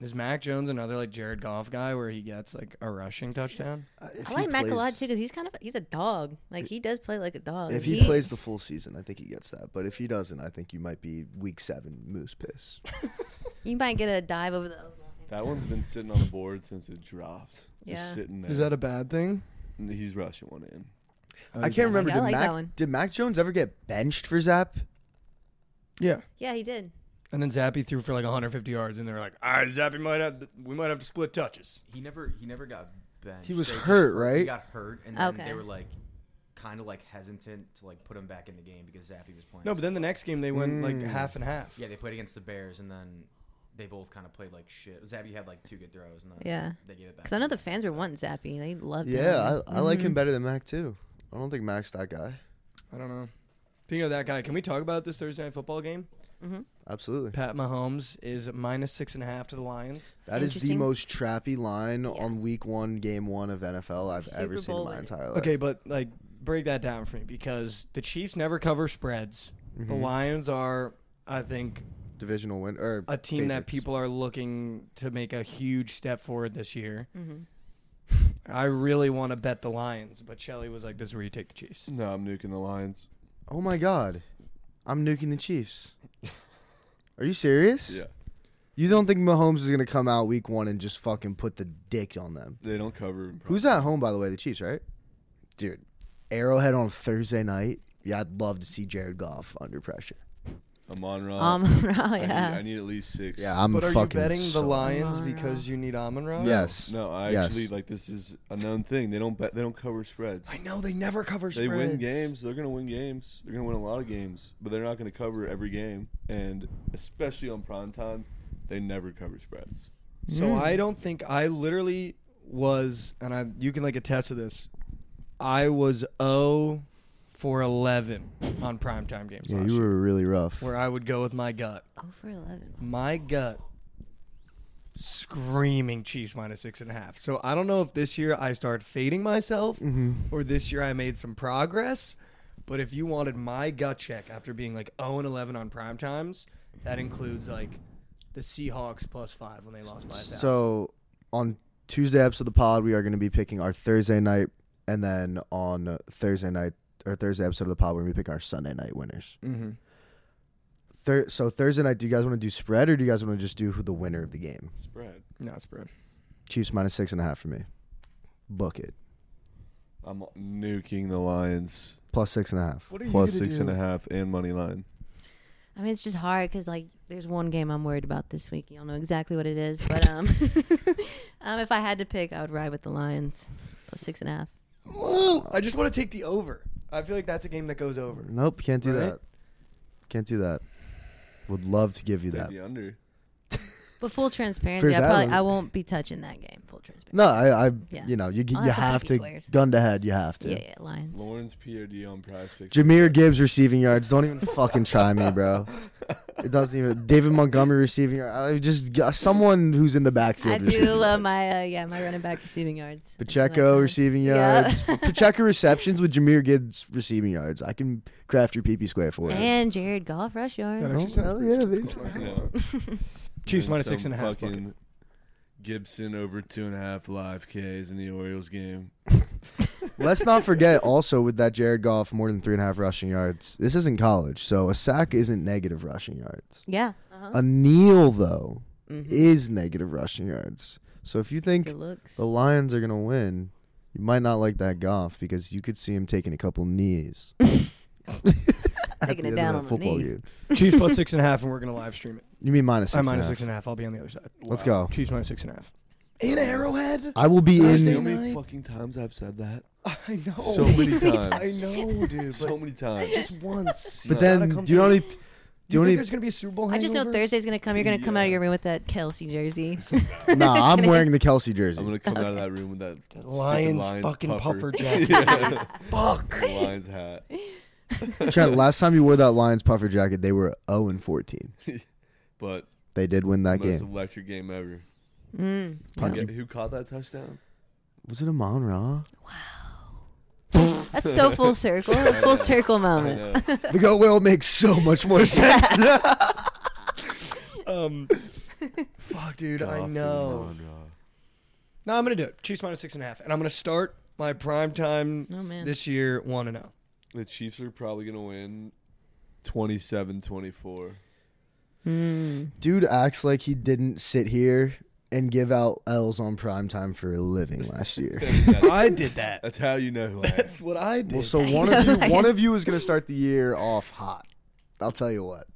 [SPEAKER 1] is Mac Jones another like Jared Goff guy where he gets like a rushing touchdown?
[SPEAKER 4] Uh, if
[SPEAKER 5] I
[SPEAKER 4] he
[SPEAKER 5] like Mac a lot
[SPEAKER 4] plays-
[SPEAKER 5] too because he's kind of he's a dog. Like he does play like a dog.
[SPEAKER 4] If he plays the full season, I think he gets that. But if he doesn't, I think you might be week seven moose piss.
[SPEAKER 5] you might get a dive over the oval.
[SPEAKER 3] That one's been sitting on the board since it dropped.
[SPEAKER 5] Yeah.
[SPEAKER 3] Just sitting there.
[SPEAKER 1] Is that a bad thing?
[SPEAKER 3] And He's rushing one in.
[SPEAKER 4] I can't remember.
[SPEAKER 5] I
[SPEAKER 4] Did,
[SPEAKER 5] like that
[SPEAKER 4] Mac,
[SPEAKER 5] one.
[SPEAKER 4] did Mac Jones ever get benched for Zap?
[SPEAKER 1] Yeah.
[SPEAKER 5] Yeah, he did.
[SPEAKER 1] And then Zappy threw for like 150 yards, and they were like, "All right, Zappy might have we might have to split touches."
[SPEAKER 6] He never he never got benched.
[SPEAKER 4] He was
[SPEAKER 6] They just-
[SPEAKER 4] hurt, right?
[SPEAKER 6] He got hurt, and then
[SPEAKER 5] Okay.
[SPEAKER 6] they were like, kind of like hesitant to like put him back in the game because Zappy was playing.
[SPEAKER 1] No, but then the next game they went like
[SPEAKER 4] Mm.
[SPEAKER 1] half and half.
[SPEAKER 6] yeah, they played against the Bears, and then they both kind of played like shit. Zappy had like two good throws, and then
[SPEAKER 5] Yeah.
[SPEAKER 6] they gave it back.
[SPEAKER 5] Because I know
[SPEAKER 6] to
[SPEAKER 5] the
[SPEAKER 6] him.
[SPEAKER 5] fans were wanting Zappy. They loved him.
[SPEAKER 4] Yeah, I, I like
[SPEAKER 5] Mm-hmm.
[SPEAKER 4] him better than Mac too. I don't think Mac's that guy.
[SPEAKER 1] I don't know. Speaking of that guy, can we talk about this Thursday night football game?
[SPEAKER 5] Mm-hmm.
[SPEAKER 4] Absolutely.
[SPEAKER 1] Pat Mahomes is minus six and a half to the Lions.
[SPEAKER 4] That is the
[SPEAKER 5] Interesting.
[SPEAKER 4] most trappy line on week one, game one of NFL I've
[SPEAKER 5] Super
[SPEAKER 4] ever seen
[SPEAKER 5] Bowl
[SPEAKER 4] in my
[SPEAKER 5] winning.
[SPEAKER 4] entire life.
[SPEAKER 1] Okay, but like break that down for me because the Chiefs never cover spreads. The Lions are, I think,
[SPEAKER 4] Divisional win or
[SPEAKER 1] a team that
[SPEAKER 4] favorites.
[SPEAKER 1] people are looking to make a huge step forward this year. I really want to bet the Lions, but Shelly was like, "This is where you take the Chiefs."
[SPEAKER 3] No, I'm nuking the Lions.
[SPEAKER 4] Oh my god. I'm nuking the Chiefs. Are you serious?
[SPEAKER 3] Yeah.
[SPEAKER 4] You don't think Mahomes is gonna come out week one and just fucking put the dick on them.
[SPEAKER 3] They don't cover. in
[SPEAKER 4] Who's at home by the way? The Chiefs, right? Dude. Arrowhead on Thursday night. Yeah, I'd love to see Jared Goff under pressure.
[SPEAKER 3] I'm on Ra.
[SPEAKER 5] Um, oh,
[SPEAKER 3] Uh, I,
[SPEAKER 5] yeah.
[SPEAKER 3] need, I need at least six.
[SPEAKER 4] Yeah, I'm
[SPEAKER 1] but are you
[SPEAKER 4] fucking
[SPEAKER 1] betting the
[SPEAKER 4] so-
[SPEAKER 1] Lions
[SPEAKER 5] Amon-Ra.
[SPEAKER 1] because you need Amon Ra?
[SPEAKER 4] Yes.
[SPEAKER 3] No, I
[SPEAKER 4] Yes.
[SPEAKER 3] actually like this is a known thing. They don't bet. They don't cover spreads.
[SPEAKER 1] I know they never cover
[SPEAKER 3] They
[SPEAKER 1] spreads.
[SPEAKER 3] win games. They're gonna win games. They're gonna win a lot of games, but they're not gonna cover every game. And especially on prime time, they never cover spreads.
[SPEAKER 1] So I don't think I literally was, and I you can like attest to this. I was 0 for 11 on primetime games
[SPEAKER 4] Yeah,
[SPEAKER 1] last
[SPEAKER 4] you
[SPEAKER 1] year,
[SPEAKER 4] were really rough.
[SPEAKER 1] where I would go with my gut.
[SPEAKER 5] oh, for 11.
[SPEAKER 1] My gut screaming Chiefs minus six and a half. So I don't know if this year I started fading myself
[SPEAKER 4] Mm-hmm.
[SPEAKER 1] or this year I made some progress. But if you wanted my gut check after being like 0 and 11 on prime times, that includes like the Seahawks plus five when they lost by a thousand.
[SPEAKER 4] So on Tuesday episode of the pod, we are going to be picking our Thursday night, and then on Thursday night or Thursday episode of the pod, we're going to be picking our Sunday night winners.
[SPEAKER 1] Mhm.
[SPEAKER 4] Thur- so Thursday night, do you guys want to do spread or do you guys want to just do who the winner of the game?
[SPEAKER 3] Spread.
[SPEAKER 1] No spread.
[SPEAKER 4] Chiefs minus six and a half for me. Book it.
[SPEAKER 3] I'm nuking the Lions
[SPEAKER 4] Plus six and a half.
[SPEAKER 1] What are
[SPEAKER 3] plus six and a half and money line.
[SPEAKER 5] I mean, it's just hard because like there's one game I'm worried about this week. Y'all know exactly what it is, but um, um, if I had to pick, I would ride with the Lions plus six and a half.
[SPEAKER 1] Ooh, I just want to take the over. I feel like that's a game that goes over.
[SPEAKER 4] Nope, can't do
[SPEAKER 1] Right?
[SPEAKER 4] that. Can't do that. Would love to give you that.
[SPEAKER 3] The under.
[SPEAKER 5] But full transparency,
[SPEAKER 4] Fierce
[SPEAKER 5] I probably
[SPEAKER 4] Adams.
[SPEAKER 5] I won't be touching that game. Full transparency.
[SPEAKER 4] No, I, I
[SPEAKER 5] Yeah.
[SPEAKER 4] you know, you
[SPEAKER 5] I'll
[SPEAKER 4] you
[SPEAKER 5] have some
[SPEAKER 4] have
[SPEAKER 5] happy
[SPEAKER 4] to
[SPEAKER 5] squares.
[SPEAKER 4] gun to head. You have to.
[SPEAKER 5] Yeah, yeah, Lions.
[SPEAKER 3] Lawrence POD on Prize Picks.
[SPEAKER 4] Jameer Gibbs receiving yards. Don't even fucking try me, bro. It doesn't even. David Montgomery receiving yards. I just someone who's in the backfield.
[SPEAKER 5] I
[SPEAKER 4] receiving
[SPEAKER 5] do love
[SPEAKER 4] yards.
[SPEAKER 5] my uh, yeah my running back receiving yards. I do like
[SPEAKER 4] Pacheco
[SPEAKER 5] that.
[SPEAKER 4] receiving
[SPEAKER 5] Yeah.
[SPEAKER 4] yards. Pacheco receptions with Jameer Gibbs receiving yards. I can craft your PP square for it.
[SPEAKER 5] and Jared Goff rush yards.
[SPEAKER 1] actually sounds
[SPEAKER 4] Hell yeah, baby.
[SPEAKER 3] Yeah.
[SPEAKER 1] Chiefs
[SPEAKER 3] Then
[SPEAKER 1] minus
[SPEAKER 3] some
[SPEAKER 1] six and a half.
[SPEAKER 3] fucking Gibson over two and a half live Ks in the Orioles game.
[SPEAKER 4] Let's not forget also with that Jared Goff more than three and a half rushing yards. This isn't college, so a sack isn't negative rushing yards.
[SPEAKER 5] Yeah. Uh-huh.
[SPEAKER 4] A kneel though
[SPEAKER 5] Mhm.
[SPEAKER 4] is negative rushing yards. So if you think
[SPEAKER 5] Good looks.
[SPEAKER 4] the Lions are gonna win, you might not like that Goff because you could see him taking a couple knees. At
[SPEAKER 5] Taking
[SPEAKER 4] the
[SPEAKER 5] it
[SPEAKER 4] end of
[SPEAKER 5] down
[SPEAKER 4] that
[SPEAKER 5] on the
[SPEAKER 4] football
[SPEAKER 5] knee.
[SPEAKER 4] game.
[SPEAKER 1] Chiefs plus six and a half, and we're gonna live stream it.
[SPEAKER 4] You mean minus six?
[SPEAKER 1] I'm
[SPEAKER 4] and a
[SPEAKER 1] minus
[SPEAKER 4] half.
[SPEAKER 1] six and a half. I'll be on the other side.
[SPEAKER 4] Let's go.
[SPEAKER 1] Chiefs minus six and a half. In Arrowhead.
[SPEAKER 4] I will be
[SPEAKER 1] Thursday
[SPEAKER 3] you know how
[SPEAKER 4] in.
[SPEAKER 3] many
[SPEAKER 1] night.
[SPEAKER 3] fucking times I've said that?
[SPEAKER 1] I know.
[SPEAKER 3] So many times.
[SPEAKER 1] I know, dude.
[SPEAKER 3] So many times.
[SPEAKER 1] Just once.
[SPEAKER 4] But then do you know how many?
[SPEAKER 1] Do you
[SPEAKER 4] Do
[SPEAKER 1] think
[SPEAKER 4] you
[SPEAKER 1] there's gonna be a Super Bowl?
[SPEAKER 5] I just know
[SPEAKER 1] hangover?
[SPEAKER 5] Thursday's gonna come. You're gonna come out of
[SPEAKER 3] Yeah.
[SPEAKER 5] your room with that Kelsey jersey.
[SPEAKER 4] any? Nah, I'm wearing the Kelsey jersey.
[SPEAKER 3] I'm gonna come out of that room with that stupid
[SPEAKER 1] Lions
[SPEAKER 3] Lions
[SPEAKER 1] fucking puffer
[SPEAKER 3] puffer
[SPEAKER 1] jacket.
[SPEAKER 3] Yeah.
[SPEAKER 1] Fuck.
[SPEAKER 3] Lions hat.
[SPEAKER 4] Trent, last time you wore that Lions puffer jacket, they were 0 and 14.
[SPEAKER 3] But
[SPEAKER 4] They did win that
[SPEAKER 3] most
[SPEAKER 4] game.
[SPEAKER 3] electric game ever.
[SPEAKER 5] Mm.
[SPEAKER 4] Punt-
[SPEAKER 3] Who- Who caught that touchdown?
[SPEAKER 4] Was it Amon Ra?
[SPEAKER 5] That's so full circle. A full circle
[SPEAKER 3] I
[SPEAKER 5] moment.
[SPEAKER 3] know.
[SPEAKER 4] The goat whale makes so much more sense.
[SPEAKER 1] Um. Fuck, dude. I
[SPEAKER 3] Goff to
[SPEAKER 1] know.
[SPEAKER 3] Monroe.
[SPEAKER 1] No, I'm gonna do it. Chiefs minus six and a half, and I'm gonna start my prime time
[SPEAKER 5] Oh man.
[SPEAKER 1] this year one and oh. zero.
[SPEAKER 3] The Chiefs are probably gonna win 27-24.
[SPEAKER 5] Mm.
[SPEAKER 4] Dude acts like he didn't sit here and give out L's on primetime for a living last year.
[SPEAKER 1] I did that.
[SPEAKER 3] That's how you know who I am.
[SPEAKER 1] That's what I did.
[SPEAKER 4] Well, so one of you, one of you is going to start the year off hot. I'll tell you what.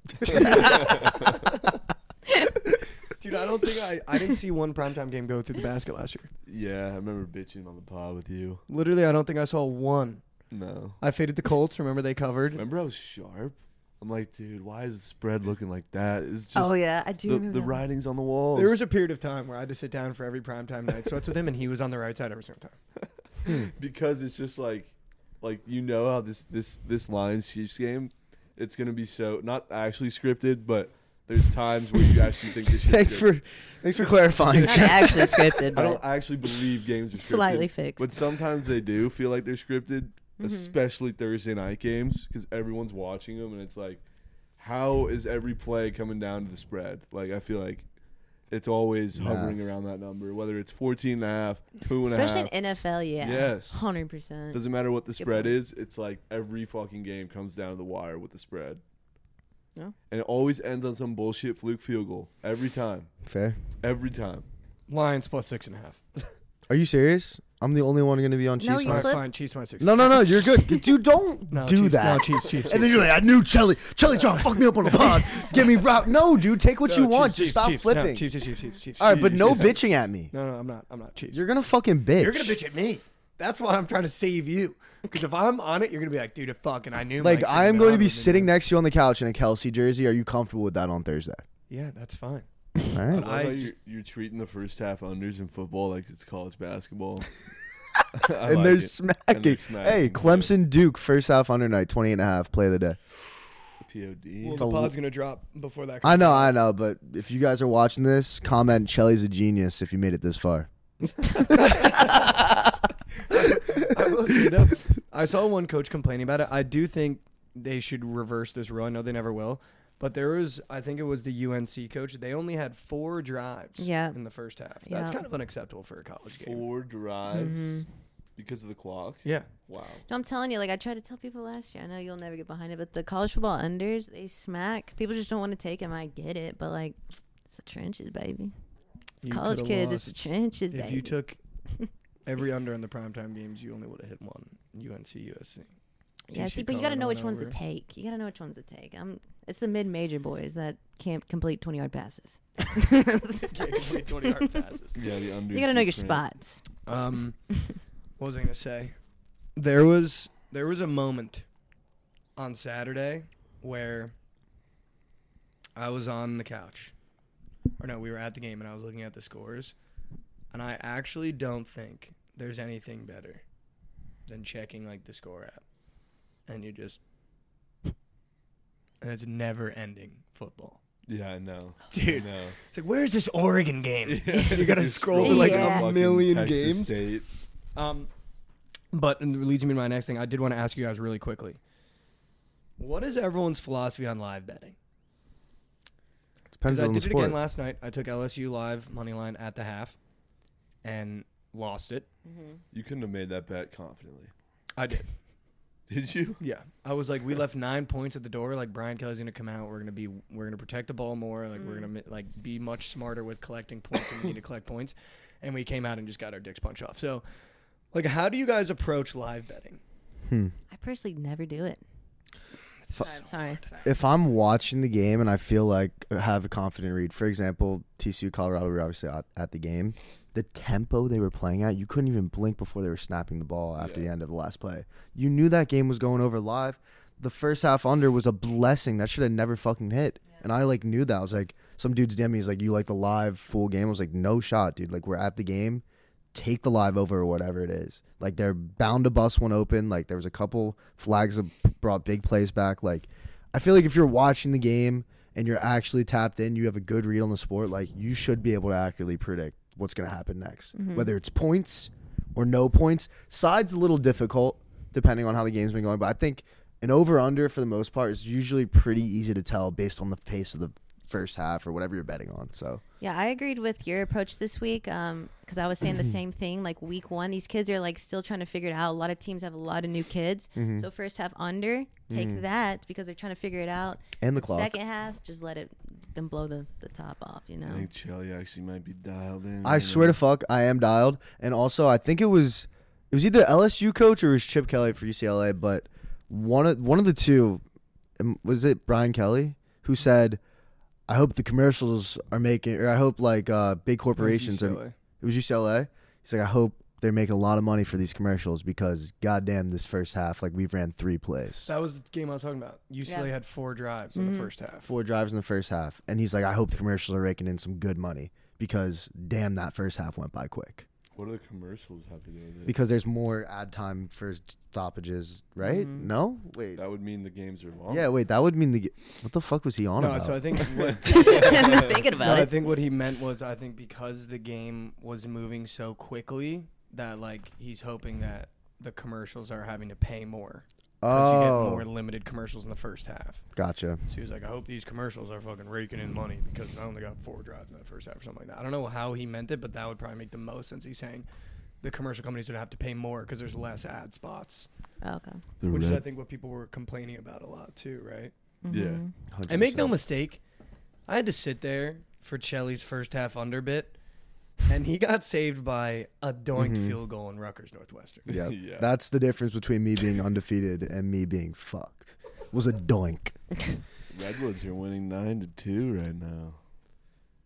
[SPEAKER 1] Dude, I don't think I, I didn't see one primetime game go through the basket last year.
[SPEAKER 3] Yeah, I remember bitching on the pod with you.
[SPEAKER 1] Literally, I don't think I saw one.
[SPEAKER 3] No.
[SPEAKER 1] I faded the Colts. Remember they covered.
[SPEAKER 3] Remember I was sharp? I'm like, dude, why is the spread looking like that? It's just
[SPEAKER 5] Oh yeah, I do
[SPEAKER 3] the,
[SPEAKER 5] remember. that
[SPEAKER 3] the
[SPEAKER 5] one.
[SPEAKER 3] writing's on the wall.
[SPEAKER 1] There was a period of time where I had to sit down for every primetime night sweats with him, and he was on the right side every single time.
[SPEAKER 3] because it's just like like you know how this this this Lions Chiefs game, it's gonna be so not actually scripted, but there's times where you actually think this shit's
[SPEAKER 4] Thanks
[SPEAKER 3] scripted.
[SPEAKER 4] for thanks for clarifying.
[SPEAKER 5] Not actually scripted,
[SPEAKER 3] I
[SPEAKER 5] but
[SPEAKER 3] don't actually believe games are scripted,
[SPEAKER 5] slightly fixed. Mm-hmm.
[SPEAKER 3] but sometimes they do feel like they're scripted, especially Thursday night games because everyone's watching them and it's like, how is every play coming down to the spread? Like I feel like it's always hovering around that number, whether it's 14 and a half, two and a half.
[SPEAKER 5] especially in NFL. Yeah.
[SPEAKER 3] Yes.
[SPEAKER 5] Hundred percent.
[SPEAKER 3] Doesn't matter what the spread
[SPEAKER 5] point.
[SPEAKER 3] is. It's like every fucking game comes down to the wire with the spread.
[SPEAKER 5] No.
[SPEAKER 3] And it always ends on some bullshit fluke field goal every time.
[SPEAKER 4] Fair.
[SPEAKER 3] Every time.
[SPEAKER 1] Lions plus six and a half.
[SPEAKER 4] Are you serious? I'm the only one going to be on
[SPEAKER 5] No,
[SPEAKER 4] Chiefs.
[SPEAKER 5] you
[SPEAKER 1] All right,
[SPEAKER 5] flip-
[SPEAKER 1] fine. Chiefs minus six.
[SPEAKER 4] No, no, no. You're good. Dude, don't
[SPEAKER 1] No,
[SPEAKER 4] do
[SPEAKER 1] Chiefs,
[SPEAKER 4] that.
[SPEAKER 1] No, Chiefs, Chiefs.
[SPEAKER 4] And
[SPEAKER 1] Chiefs.
[SPEAKER 4] then you're like, I knew Chelly. Chelly trying to fuck me up on the pod. Get me route. No, dude, take what
[SPEAKER 1] No,
[SPEAKER 4] you
[SPEAKER 1] Chiefs,
[SPEAKER 4] want.
[SPEAKER 1] Chiefs,
[SPEAKER 4] Just stop
[SPEAKER 1] Chiefs.
[SPEAKER 4] flipping.
[SPEAKER 1] No, Chiefs, Chiefs, Chiefs, Chiefs, Chiefs.
[SPEAKER 4] All right, but no bitching at me.
[SPEAKER 1] No, no, I'm not. I'm not Chiefs.
[SPEAKER 4] You're gonna fucking bitch.
[SPEAKER 1] You're gonna bitch at me. That's why I'm trying to save you. Because if I'm on it, you're gonna be like, dude, fucking, I knew. Mike
[SPEAKER 4] Like
[SPEAKER 1] should've
[SPEAKER 4] I am
[SPEAKER 1] been
[SPEAKER 4] going to
[SPEAKER 1] on
[SPEAKER 4] be
[SPEAKER 1] with me,
[SPEAKER 4] sitting
[SPEAKER 1] man."
[SPEAKER 4] next to you on the couch in a Kelsey jersey. Are you comfortable with that on Thursday?
[SPEAKER 1] Yeah, that's fine. I
[SPEAKER 4] All right.
[SPEAKER 3] I love how
[SPEAKER 1] just-
[SPEAKER 3] you're, you're treating the first half unders in football like it's college basketball. I
[SPEAKER 4] And
[SPEAKER 3] like
[SPEAKER 4] they're
[SPEAKER 3] it.
[SPEAKER 4] smacking.
[SPEAKER 3] And they're
[SPEAKER 4] Hey,
[SPEAKER 3] smacking,
[SPEAKER 4] Clemson Duke first half under night 20 and a half play of the day.
[SPEAKER 3] dude.
[SPEAKER 1] Well,
[SPEAKER 3] POD.
[SPEAKER 1] the
[SPEAKER 4] a
[SPEAKER 1] pod's gonna drop before that.
[SPEAKER 4] I know, I know, but if you guys are watching this, comment Chelly's a genius if you made it this far.
[SPEAKER 1] I, will, you know, I saw one coach complaining about it. I do think they should reverse this rule. I know they never will, but there was, I think it was the UNC coach. They only had four drives.
[SPEAKER 5] Yeah.
[SPEAKER 1] in the first half. That's
[SPEAKER 5] Yeah.
[SPEAKER 1] kind of unacceptable for a college game.
[SPEAKER 3] Four drives
[SPEAKER 5] Mm-hmm.
[SPEAKER 4] Mm-hmm.
[SPEAKER 3] because of the clock.
[SPEAKER 1] Yeah,
[SPEAKER 3] Wow.
[SPEAKER 5] No, I'm telling you, like I tried to tell people last year. I know you'll never get behind it, but the college football unders, they smack. People just don't want to take them. I get it, but like, it's the trenches, baby. It's
[SPEAKER 1] You
[SPEAKER 5] college
[SPEAKER 1] coulda
[SPEAKER 5] kids, it's the
[SPEAKER 1] lost.
[SPEAKER 5] trenches,
[SPEAKER 1] If
[SPEAKER 5] baby.
[SPEAKER 1] you took Every under in the primetime games, you only would have hit one. UNC, USC.
[SPEAKER 5] Yeah,
[SPEAKER 1] TCU
[SPEAKER 5] see, but you got
[SPEAKER 1] Colorado
[SPEAKER 5] to know which
[SPEAKER 1] went
[SPEAKER 5] ones to
[SPEAKER 1] over.
[SPEAKER 5] take. You got to know which ones to take. Um, it's the mid-major boys that can't complete twenty-yard passes.
[SPEAKER 1] Can't complete 20 yard passes.
[SPEAKER 3] Yeah, the under.
[SPEAKER 5] You got to know your
[SPEAKER 3] different.
[SPEAKER 5] spots.
[SPEAKER 1] Um, what was I gonna say? There was there was a moment on Saturday where I was on the couch, or no, we were at the game and I was looking at the scores, and I actually don't think there's anything better than checking like the score app, and you just and it's never ending football.
[SPEAKER 3] Yeah, I know.
[SPEAKER 1] Dude.
[SPEAKER 3] I know.
[SPEAKER 1] It's like where's this Oregon game? you gotta
[SPEAKER 3] Just
[SPEAKER 1] scroll
[SPEAKER 5] through
[SPEAKER 1] like
[SPEAKER 5] Yeah.
[SPEAKER 1] a
[SPEAKER 3] fucking
[SPEAKER 1] million
[SPEAKER 3] Texas
[SPEAKER 1] games.
[SPEAKER 3] State.
[SPEAKER 1] Um, but and it leads me to my next thing. I did want to ask you guys really quickly. What is everyone's philosophy on live betting?
[SPEAKER 4] Depends
[SPEAKER 1] I
[SPEAKER 4] on the
[SPEAKER 1] did it
[SPEAKER 4] sport.
[SPEAKER 1] again last night. I took LSU live money line at the half, and lost it.
[SPEAKER 3] You couldn't have made that bet confidently,
[SPEAKER 1] I did.
[SPEAKER 3] did you?
[SPEAKER 1] Yeah, I was like, we left nine points at the door. Like Brian Kelly's gonna come out. We're gonna be, we're gonna protect the ball more. Like we're gonna mi- like be much smarter with collecting points. and we need to collect points, and we came out and just got our dicks punched off. So, like, how do you guys approach live betting?
[SPEAKER 4] Hmm.
[SPEAKER 5] I personally never do it. I'm sorry.
[SPEAKER 4] if I'm watching the game and I feel like I have a confident read, for example, TCU Colorado were obviously at, at the game. The tempo they were playing at, you couldn't even blink before they were snapping the ball after the end of the last play. You knew that game was going over live. The first half under was a blessing that should have never fucking hit. And I like knew that. I was like, some dude's DMing is like, you like the live full game. I was like, no shot, dude. Like we're at the game take the live over or whatever it is. Like they're bound to bust one open. Like there was a couple flags that brought big plays back. Like I feel like if you're watching the game and you're actually tapped in, you have a good read on the sport. Like you should be able to accurately predict what's going to happen next, whether it's points or no points. Sides a little difficult depending on how the game's been going, but I think an over under for the most part is usually pretty easy to tell based on the pace of the first half or whatever you're betting on. So
[SPEAKER 5] Yeah, I agreed with your approach this week because I was
[SPEAKER 1] Mm-hmm.
[SPEAKER 5] saying the same thing. Like week one, these kids are like still trying to figure it out. A lot of teams have a lot of new kids,
[SPEAKER 1] Mm-hmm.
[SPEAKER 5] so first half under, take that because they're trying to figure it out.
[SPEAKER 4] And the clock.
[SPEAKER 5] Second half, just let it them blow the, the top off. You know.
[SPEAKER 3] I think Chelly actually might be dialed in.
[SPEAKER 4] I swear to fuck, I am dialed. And also, I think it was it was either LSU coach or it was Chip Kelly for UCLA, but one of one of the two um, was it Brian Kelly who said, "I hope the commercials are making, or I hope like uh, big corporations are."
[SPEAKER 1] UCLA.
[SPEAKER 4] It was UCLA. He's like, "I hope they're making a lot of money for these commercials because, goddamn, this first half, like we've ran three plays."
[SPEAKER 1] That was the game I was talking about. UCLA
[SPEAKER 5] Yeah.
[SPEAKER 1] had four drives in the first half.
[SPEAKER 4] four drives in the first half, and he's like, "I hope the commercials are raking in some good money because, damn, that first half went by quick."
[SPEAKER 3] What do the commercials have to do with it?
[SPEAKER 4] because there's more ad time for stoppages, right?
[SPEAKER 1] Mm-hmm.
[SPEAKER 4] No, wait.
[SPEAKER 3] that would mean the games are long.
[SPEAKER 4] Yeah, wait. That would mean the. g- What the fuck was he on
[SPEAKER 1] No,
[SPEAKER 4] about?
[SPEAKER 1] so I think what,
[SPEAKER 5] I'm not thinking
[SPEAKER 1] no,
[SPEAKER 5] about
[SPEAKER 1] I
[SPEAKER 5] it.
[SPEAKER 1] think what he meant was I think because the game was moving so quickly that like he's hoping that the commercials are having to pay more because you
[SPEAKER 4] oh,
[SPEAKER 1] get more limited commercials in the first half.
[SPEAKER 4] gotcha.
[SPEAKER 1] So he was like, I hope these commercials are fucking raking in money because I only got four drives in that first half or something like that. I don't know how he meant it, but that would probably make the most sense. He's saying the commercial companies would have to pay more because there's less ad spots,
[SPEAKER 5] Oh, okay.
[SPEAKER 3] The
[SPEAKER 1] which is I
[SPEAKER 3] red-
[SPEAKER 1] think what people were complaining about a lot too, right?
[SPEAKER 3] yeah.
[SPEAKER 4] 100%.
[SPEAKER 1] And make no mistake, I had to sit there for Chelly's first half under bit, and he got saved by a doinked field goal in Rutgers Northwestern.
[SPEAKER 4] Yeah,
[SPEAKER 3] Yeah.
[SPEAKER 4] that's the difference between me being undefeated and me being fucked. Was a doink.
[SPEAKER 3] Redwoods are winning nine to two right now.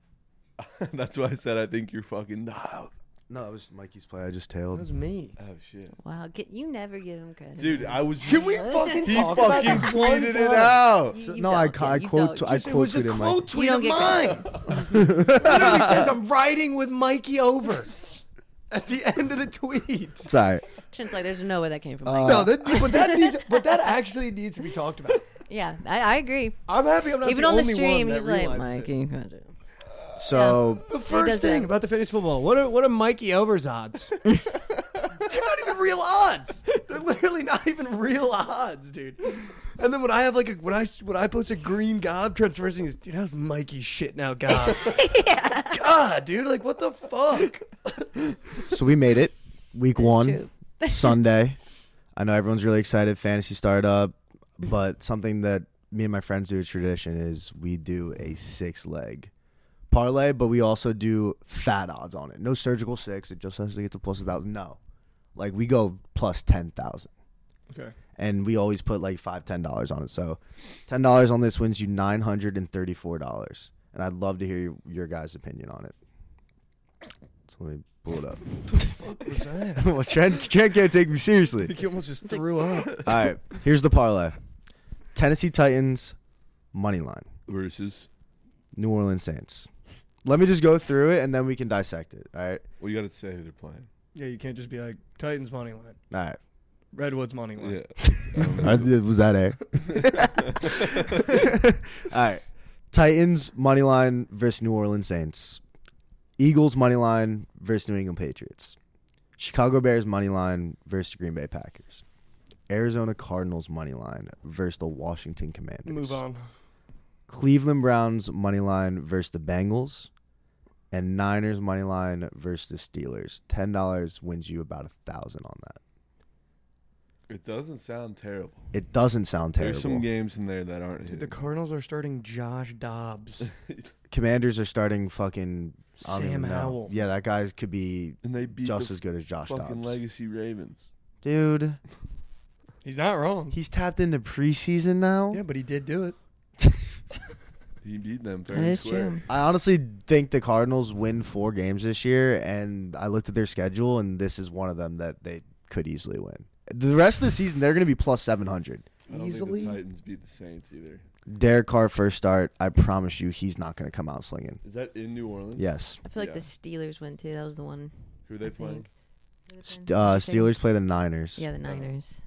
[SPEAKER 3] That's why I said I think you're fucking Oh, dialed.
[SPEAKER 4] No, it was Mikey's play. I just
[SPEAKER 1] That
[SPEAKER 4] tailed.
[SPEAKER 1] was me.
[SPEAKER 3] Oh shit,
[SPEAKER 5] Wow. Get, you never give him credit.
[SPEAKER 3] dude! I was. Can we
[SPEAKER 1] fucking
[SPEAKER 3] He
[SPEAKER 1] talk about
[SPEAKER 3] fucking
[SPEAKER 1] this one
[SPEAKER 3] tweeted it
[SPEAKER 1] time?
[SPEAKER 3] out.
[SPEAKER 5] You-
[SPEAKER 4] So-
[SPEAKER 5] you
[SPEAKER 4] no, I,
[SPEAKER 5] don't
[SPEAKER 4] ca-
[SPEAKER 5] get-
[SPEAKER 4] I
[SPEAKER 5] you
[SPEAKER 4] quote.
[SPEAKER 5] don't-
[SPEAKER 4] tw-
[SPEAKER 5] you
[SPEAKER 4] I
[SPEAKER 1] It was
[SPEAKER 4] quote
[SPEAKER 1] a
[SPEAKER 4] tweeted Mike.
[SPEAKER 1] quote tweet
[SPEAKER 5] don't
[SPEAKER 1] of
[SPEAKER 5] get
[SPEAKER 1] mine. Literally says I'm riding with Mikey over at the end of the tweet.
[SPEAKER 4] Sorry.
[SPEAKER 5] Chin's like, there's no way that came from.
[SPEAKER 4] Uh,
[SPEAKER 5] Mike.
[SPEAKER 1] No, that, but that needs, but that actually needs to be talked about.
[SPEAKER 5] yeah, I, I agree.
[SPEAKER 1] I'm happy I'm not
[SPEAKER 5] Even
[SPEAKER 1] the
[SPEAKER 5] on the
[SPEAKER 1] only
[SPEAKER 5] stream,
[SPEAKER 1] one that
[SPEAKER 5] he's like,
[SPEAKER 1] realized it.
[SPEAKER 5] Mikey.
[SPEAKER 4] So
[SPEAKER 1] The first
[SPEAKER 5] does
[SPEAKER 1] thing
[SPEAKER 5] that.
[SPEAKER 1] about the fantasy football. What are what are Mikey Over's odds? They're not even real odds. They're literally not even real odds, dude. And then when I have like a when I when I post a green gob transversing is dude, how's Mikey shitting out gob? God, dude, like what the fuck?
[SPEAKER 4] So we made it. Week one,
[SPEAKER 5] true.
[SPEAKER 4] Sunday. I know everyone's really excited. Fantasy startup, but something that me and my friends do a tradition is we do a six leg parlay, but we also do fat odds on it. No surgical six. It just has to get to plus a thousand. No, like we go plus ten thousand,
[SPEAKER 1] Okay.
[SPEAKER 4] and we always put like five ten dollars on it. So ten dollars on this wins you nine hundred and thirty four dollars. And I'd love to hear your, your guys' opinion on it. So let me pull it up.
[SPEAKER 1] What's that?
[SPEAKER 4] well, Trent, Trent can't take me seriously.
[SPEAKER 1] He almost just threw up.
[SPEAKER 4] All right, here's the parlay: Tennessee Titans money line.
[SPEAKER 3] Versus.
[SPEAKER 4] New Orleans Saints. Let me just go through it and then we can dissect it. All right.
[SPEAKER 3] Well, you got to say who they're playing.
[SPEAKER 1] Yeah, you can't just be like Titans money line,
[SPEAKER 4] All right.
[SPEAKER 1] Redwoods money line.
[SPEAKER 3] Yeah. Um, I don't know.
[SPEAKER 4] was that air? All right. Titans money line versus New Orleans Saints. Eagles money line versus New England Patriots. Chicago Bears money line versus Green Bay Packers. Arizona Cardinals money line versus the Washington Commanders.
[SPEAKER 1] Move on.
[SPEAKER 4] Cleveland Browns money line versus the Bengals, and Niners money line versus the Steelers. Ten dollars wins you about a thousand on that.
[SPEAKER 3] It doesn't sound terrible.
[SPEAKER 4] It doesn't sound
[SPEAKER 3] There's some
[SPEAKER 4] terrible.
[SPEAKER 3] games in there that aren't
[SPEAKER 1] Dude,
[SPEAKER 3] hit.
[SPEAKER 1] the Cardinals are starting Josh Dobbs.
[SPEAKER 4] Commanders are starting fucking I don't
[SPEAKER 1] Sam
[SPEAKER 4] even know.
[SPEAKER 1] Howell.
[SPEAKER 4] Yeah, that guy's could be
[SPEAKER 3] and they beat
[SPEAKER 4] just
[SPEAKER 3] the
[SPEAKER 4] as good as Josh
[SPEAKER 3] fucking
[SPEAKER 4] Dobbs.
[SPEAKER 3] legacy Ravens.
[SPEAKER 4] Dude,
[SPEAKER 1] He's not wrong.
[SPEAKER 4] he's tapped into preseason now.
[SPEAKER 1] Yeah, but he did do it.
[SPEAKER 3] He beat them fair
[SPEAKER 2] That
[SPEAKER 3] and
[SPEAKER 2] is
[SPEAKER 3] square.
[SPEAKER 2] true.
[SPEAKER 4] I honestly think the Cardinals win four games this year, and I looked at their schedule, and this is one of them that they could easily win. The rest of the season, they're going to be plus seven hundred.
[SPEAKER 3] I don't
[SPEAKER 4] Easily?
[SPEAKER 3] think the Titans beat the Saints either.
[SPEAKER 4] Derek Carr first start. I promise you, he's not going to come out slinging.
[SPEAKER 3] Is that in New Orleans?
[SPEAKER 4] Yes,
[SPEAKER 5] I feel like
[SPEAKER 3] Yeah.
[SPEAKER 5] the Steelers went too. That was the one.
[SPEAKER 3] Who are they
[SPEAKER 5] I
[SPEAKER 3] playing?
[SPEAKER 5] think.
[SPEAKER 4] St- uh, Steelers play the Niners.
[SPEAKER 5] Yeah, the Niners.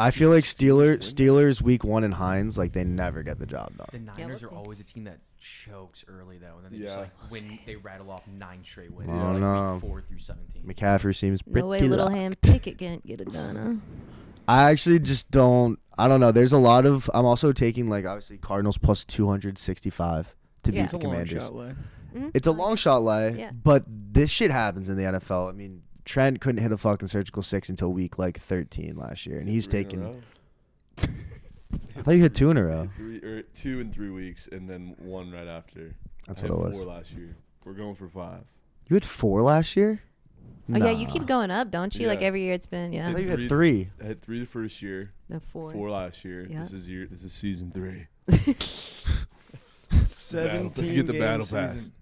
[SPEAKER 4] I feel like Steeler Steelers week one and Hines like they never get the job
[SPEAKER 6] The
[SPEAKER 4] done.
[SPEAKER 6] Niners
[SPEAKER 5] we'll
[SPEAKER 6] are
[SPEAKER 5] see.
[SPEAKER 6] always a team that chokes early though, and then they
[SPEAKER 3] Yeah.
[SPEAKER 6] just like win. They rattle off nine straight wins,
[SPEAKER 4] Well,
[SPEAKER 6] like
[SPEAKER 4] no.
[SPEAKER 6] week four through seventeen.
[SPEAKER 4] McCaffrey seems pretty.
[SPEAKER 5] No way, little
[SPEAKER 4] locked.
[SPEAKER 5] ham picket can't get it done,
[SPEAKER 4] I actually just don't. I don't know. There's a lot of. I'm also taking like obviously Cardinals plus 265 to
[SPEAKER 5] Yeah.
[SPEAKER 4] beat
[SPEAKER 1] It's
[SPEAKER 5] It's
[SPEAKER 1] a
[SPEAKER 4] the
[SPEAKER 1] long
[SPEAKER 4] Commanders.
[SPEAKER 1] shot way.
[SPEAKER 5] huh? Mhm.
[SPEAKER 4] It's a long shot, lay.
[SPEAKER 5] Yeah.
[SPEAKER 4] But this shit happens in the NFL. I mean, Trent couldn't hit a fucking surgical six until week like 13 last year, and he's
[SPEAKER 3] Three in a
[SPEAKER 4] taking.
[SPEAKER 3] row?
[SPEAKER 4] I thought you hit two in a row.
[SPEAKER 3] Three or two in three weeks, and then one right after.
[SPEAKER 4] That's
[SPEAKER 3] I
[SPEAKER 4] what it
[SPEAKER 3] had
[SPEAKER 4] was.
[SPEAKER 3] Four last year. We're going for five.
[SPEAKER 4] You had four last year.
[SPEAKER 5] Oh yeah, you keep going up, don't you? Like
[SPEAKER 3] Yeah.
[SPEAKER 5] every year, it's been
[SPEAKER 4] I
[SPEAKER 5] yeah,
[SPEAKER 4] thought you had
[SPEAKER 3] Three-
[SPEAKER 4] three.
[SPEAKER 3] I had three the first year,
[SPEAKER 5] the four.
[SPEAKER 3] four, last year.
[SPEAKER 5] Yeah.
[SPEAKER 3] This is year. This is season three. Battle-
[SPEAKER 1] Seventeen.
[SPEAKER 3] You get the
[SPEAKER 1] game
[SPEAKER 3] battle
[SPEAKER 1] season.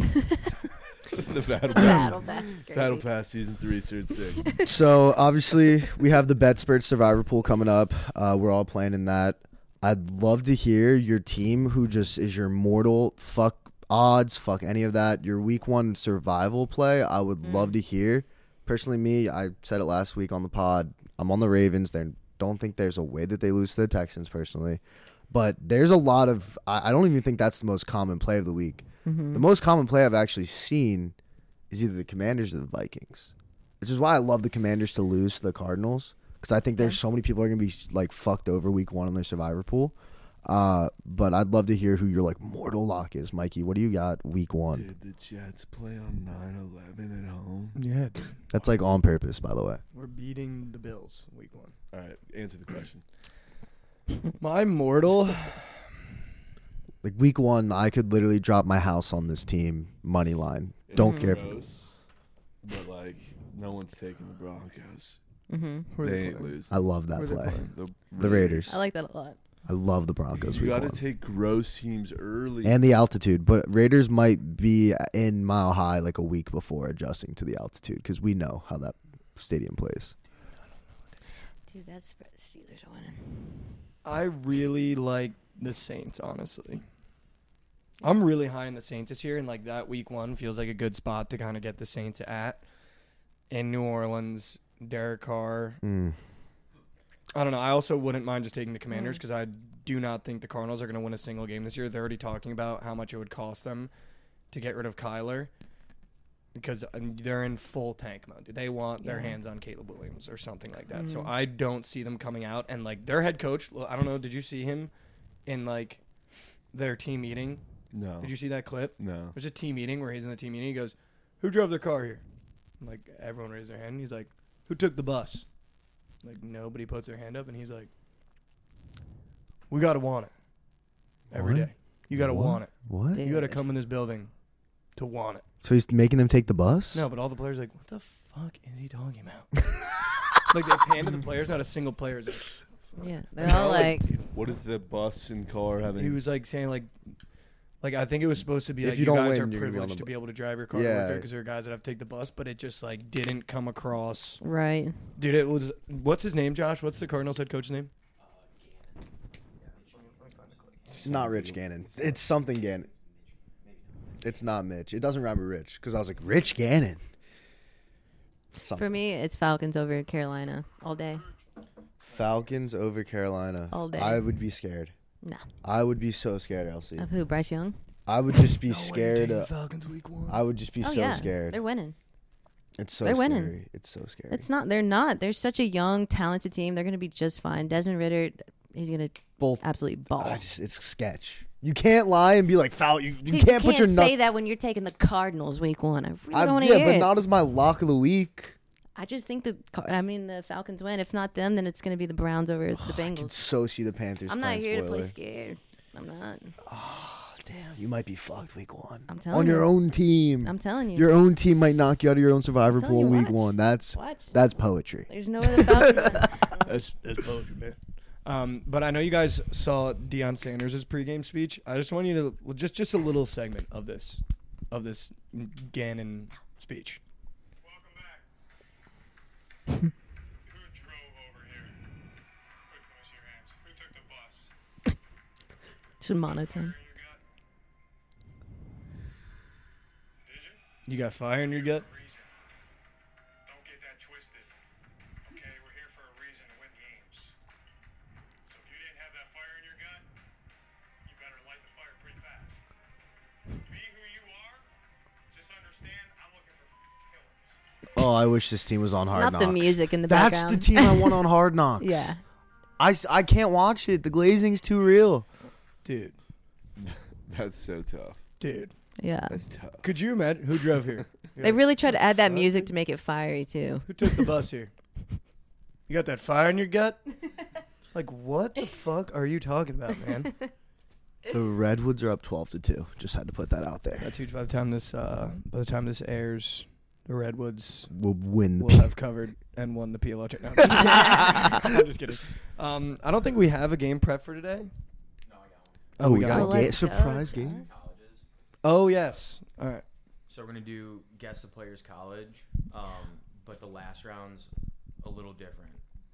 [SPEAKER 3] pass. the battle pass.
[SPEAKER 5] Battle pass is crazy.
[SPEAKER 3] Battle pass season three, third six.
[SPEAKER 4] so obviously we have the Betspurt Survivor Pool coming up. Uh, we're all playing in that. I'd love to hear your team who just is your mortal fuck odds, fuck any of that. Your week one survival play, I would love to hear. Personally, me, I said it last week on the pod. I'm on the Ravens. They don't think there's a way that they lose to the Texans personally. But there's a lot of I, I don't even think that's the most common play of the week. The most common play I've actually seen is either the Commanders or the Vikings which is why I love the Commanders to lose to the Cardinals because I think there's so many people are gonna be like fucked over week one on their survivor pool. Uh, but I'd love to hear who your like mortal lock is, Mikey. What do you got week one?
[SPEAKER 3] Did the Jets play on 9-11 at home?
[SPEAKER 1] Yeah, dude.
[SPEAKER 4] That's like on purpose, by the way.
[SPEAKER 1] we're beating the Bills week one.
[SPEAKER 3] All right, answer the question.
[SPEAKER 1] My mortal.
[SPEAKER 4] Like week one, I could literally drop my house on this team money line. Don't
[SPEAKER 3] It's
[SPEAKER 4] care. If,
[SPEAKER 3] gross, but like no one's taking the Broncos.
[SPEAKER 5] hmm
[SPEAKER 1] Who are
[SPEAKER 3] they
[SPEAKER 1] they
[SPEAKER 3] ain't
[SPEAKER 1] playing?
[SPEAKER 3] lose.
[SPEAKER 4] I love
[SPEAKER 1] Who
[SPEAKER 4] that
[SPEAKER 1] are they
[SPEAKER 4] play.
[SPEAKER 1] playing?
[SPEAKER 3] The,
[SPEAKER 4] The Raiders.
[SPEAKER 5] I like that a lot.
[SPEAKER 4] I love the Broncos
[SPEAKER 3] You
[SPEAKER 4] week
[SPEAKER 3] got
[SPEAKER 4] one
[SPEAKER 3] to take gross teams early.
[SPEAKER 4] and the altitude. But Raiders might be in Mile High like a week before adjusting to the altitude because we know how that stadium plays.
[SPEAKER 5] Dude, that's Steelers are winning.
[SPEAKER 1] I really like the Saints, honestly. I'm really high in the Saints this year, and like that week one feels like a good spot to kind of get the Saints at. In New Orleans, Derek Carr.
[SPEAKER 4] Mm.
[SPEAKER 1] I don't know. I also wouldn't mind just taking the Commanders because I do not think the Cardinals are going to win a single game this year. They're already talking about how much it would cost them to get rid of Kyler because um, they're in full tank mode. They want their hands on Caleb Williams or something like that. So I don't see them coming out and like their head coach. well, I don't know. Did you see him in like their team meeting?
[SPEAKER 3] no,
[SPEAKER 1] Did you see that clip?
[SPEAKER 3] no.
[SPEAKER 1] There's a team meeting where he's in the team meeting. He goes, "Who drove their car here?" And, like everyone raised their hand. He's like, "Who took the bus?" Like nobody puts their hand up, and he's like, "We gotta want it every
[SPEAKER 4] What?
[SPEAKER 1] day." You got to want it.
[SPEAKER 4] What?
[SPEAKER 1] You got to
[SPEAKER 2] Dude.
[SPEAKER 1] come in this building to want it.
[SPEAKER 4] So he's making them take the bus?
[SPEAKER 1] No, but all the players are like, what the fuck is he talking about? like they pan to the players, not a single player is. Like,
[SPEAKER 5] Yeah, they're all like,
[SPEAKER 3] What is the bus and car having?
[SPEAKER 1] he was like saying like, like I think it was supposed to be
[SPEAKER 4] If
[SPEAKER 1] like
[SPEAKER 4] you
[SPEAKER 1] you,
[SPEAKER 4] don't
[SPEAKER 1] guys
[SPEAKER 4] win,
[SPEAKER 1] are
[SPEAKER 4] you're gonna be on
[SPEAKER 1] privileged
[SPEAKER 4] the
[SPEAKER 1] to
[SPEAKER 4] bu-
[SPEAKER 1] be able to drive your car
[SPEAKER 4] Yeah.
[SPEAKER 1] because there are guys that have to take the bus, but it just like didn't come across.
[SPEAKER 5] right.
[SPEAKER 1] Dude, it was what's his name, Josh? What's the Cardinals head coach's name?
[SPEAKER 4] It's not Rich Gannon. It's something Gannon. It's not Mitch. It doesn't rhyme with Rich because I was like Rich Gannon. Something.
[SPEAKER 5] For me, it's Falcons over Carolina all day.
[SPEAKER 4] Falcons over Carolina.
[SPEAKER 5] All day.
[SPEAKER 4] I would be scared.
[SPEAKER 5] No.
[SPEAKER 4] I would be so scared, Elsie.
[SPEAKER 5] Of who? Bryce Young?
[SPEAKER 4] I would just be scared. uh,
[SPEAKER 1] Falcons week one.
[SPEAKER 4] I would just be
[SPEAKER 5] oh,
[SPEAKER 4] so
[SPEAKER 5] yeah.
[SPEAKER 4] scared.
[SPEAKER 5] They're winning.
[SPEAKER 4] It's so
[SPEAKER 5] they're
[SPEAKER 4] scary.
[SPEAKER 5] winning.
[SPEAKER 4] It's so scary.
[SPEAKER 5] It's not. They're not. They're such a young, talented team. They're going to be just fine. Desmond Ritter, he's going to
[SPEAKER 4] Both-
[SPEAKER 5] absolutely ball.
[SPEAKER 4] I just, it's sketch. You can't lie and be like foul. You, you
[SPEAKER 5] Dude,
[SPEAKER 4] can't, put your
[SPEAKER 5] say
[SPEAKER 4] nut.
[SPEAKER 5] that when you're taking the Cardinals week one. I really
[SPEAKER 4] I-
[SPEAKER 5] don't want to
[SPEAKER 4] yeah,
[SPEAKER 5] hear
[SPEAKER 4] but
[SPEAKER 5] it.
[SPEAKER 4] not as my lock of the week.
[SPEAKER 5] I just think the Car- I mean the Falcons win. If not them, then it's going to be the Browns over the
[SPEAKER 4] Oh, I can
[SPEAKER 5] Bengals.
[SPEAKER 4] so see the Panthers.
[SPEAKER 5] I'm not
[SPEAKER 4] playing
[SPEAKER 5] here to play
[SPEAKER 4] spoiler.
[SPEAKER 5] scared. I'm not.
[SPEAKER 4] Damn, you might be fucked week one.
[SPEAKER 5] I'm telling
[SPEAKER 4] on your
[SPEAKER 5] you.
[SPEAKER 4] own team.
[SPEAKER 5] I'm telling you.
[SPEAKER 4] Your own team might knock you out of your own survivor
[SPEAKER 5] telling
[SPEAKER 4] pool
[SPEAKER 5] you,
[SPEAKER 4] week
[SPEAKER 5] watch.
[SPEAKER 4] one. That's
[SPEAKER 5] Watch.
[SPEAKER 4] that's poetry.
[SPEAKER 5] There's no other Falcons.
[SPEAKER 1] That's that's poetry, man. Um, but I know you guys saw Deion Sanders' pregame speech. I just want you to well, just just a little segment of this of this Gannon speech.
[SPEAKER 7] Welcome back. Who drove over here? Quick, let me see your hands. Who took the bus?
[SPEAKER 5] Just monotone.
[SPEAKER 7] Who you got? Did
[SPEAKER 1] You
[SPEAKER 7] you?
[SPEAKER 1] got fire in your gut.
[SPEAKER 7] Reason. Don't get that twisted. Okay, we're here for a reason to win games. So if you didn't have that fire in your gut, you better light the fire pretty fast. Be who you are. Just understand, I'm looking for killers.
[SPEAKER 4] Oh, I wish this team was on Hard
[SPEAKER 5] Not
[SPEAKER 4] Knocks.
[SPEAKER 5] the music in the
[SPEAKER 4] That's
[SPEAKER 5] background.
[SPEAKER 4] the team I want on Hard Knocks.
[SPEAKER 5] Yeah.
[SPEAKER 4] I, s- I can't watch it. The glazing's too real.
[SPEAKER 1] Dude,
[SPEAKER 3] That's so tough.
[SPEAKER 1] dude.
[SPEAKER 5] Yeah.
[SPEAKER 3] That's tough.
[SPEAKER 1] Could you imagine who drove here? You're
[SPEAKER 5] They
[SPEAKER 1] like,
[SPEAKER 5] really try to add that music to make it fiery too.
[SPEAKER 1] who took the bus here? You got that fire in your gut? Like what the fuck are you talking about, man?
[SPEAKER 4] The Redwoods are up twelve to two. Just had to put that out there.
[SPEAKER 1] That's huge. By the time this uh, by the time this airs, the Redwoods
[SPEAKER 4] We'll win. The
[SPEAKER 1] will have covered and won the PLO check. No, I'm just kidding. I'm just kidding. Um, I don't think we have a game prep for today.
[SPEAKER 4] oh, we got
[SPEAKER 5] got
[SPEAKER 4] a
[SPEAKER 5] it.
[SPEAKER 4] ga-
[SPEAKER 5] Let's go,
[SPEAKER 4] surprise game.
[SPEAKER 6] Colleges.
[SPEAKER 1] Oh yes. All right.
[SPEAKER 6] So we're gonna do guess the player's college, um, but the last round's a little different.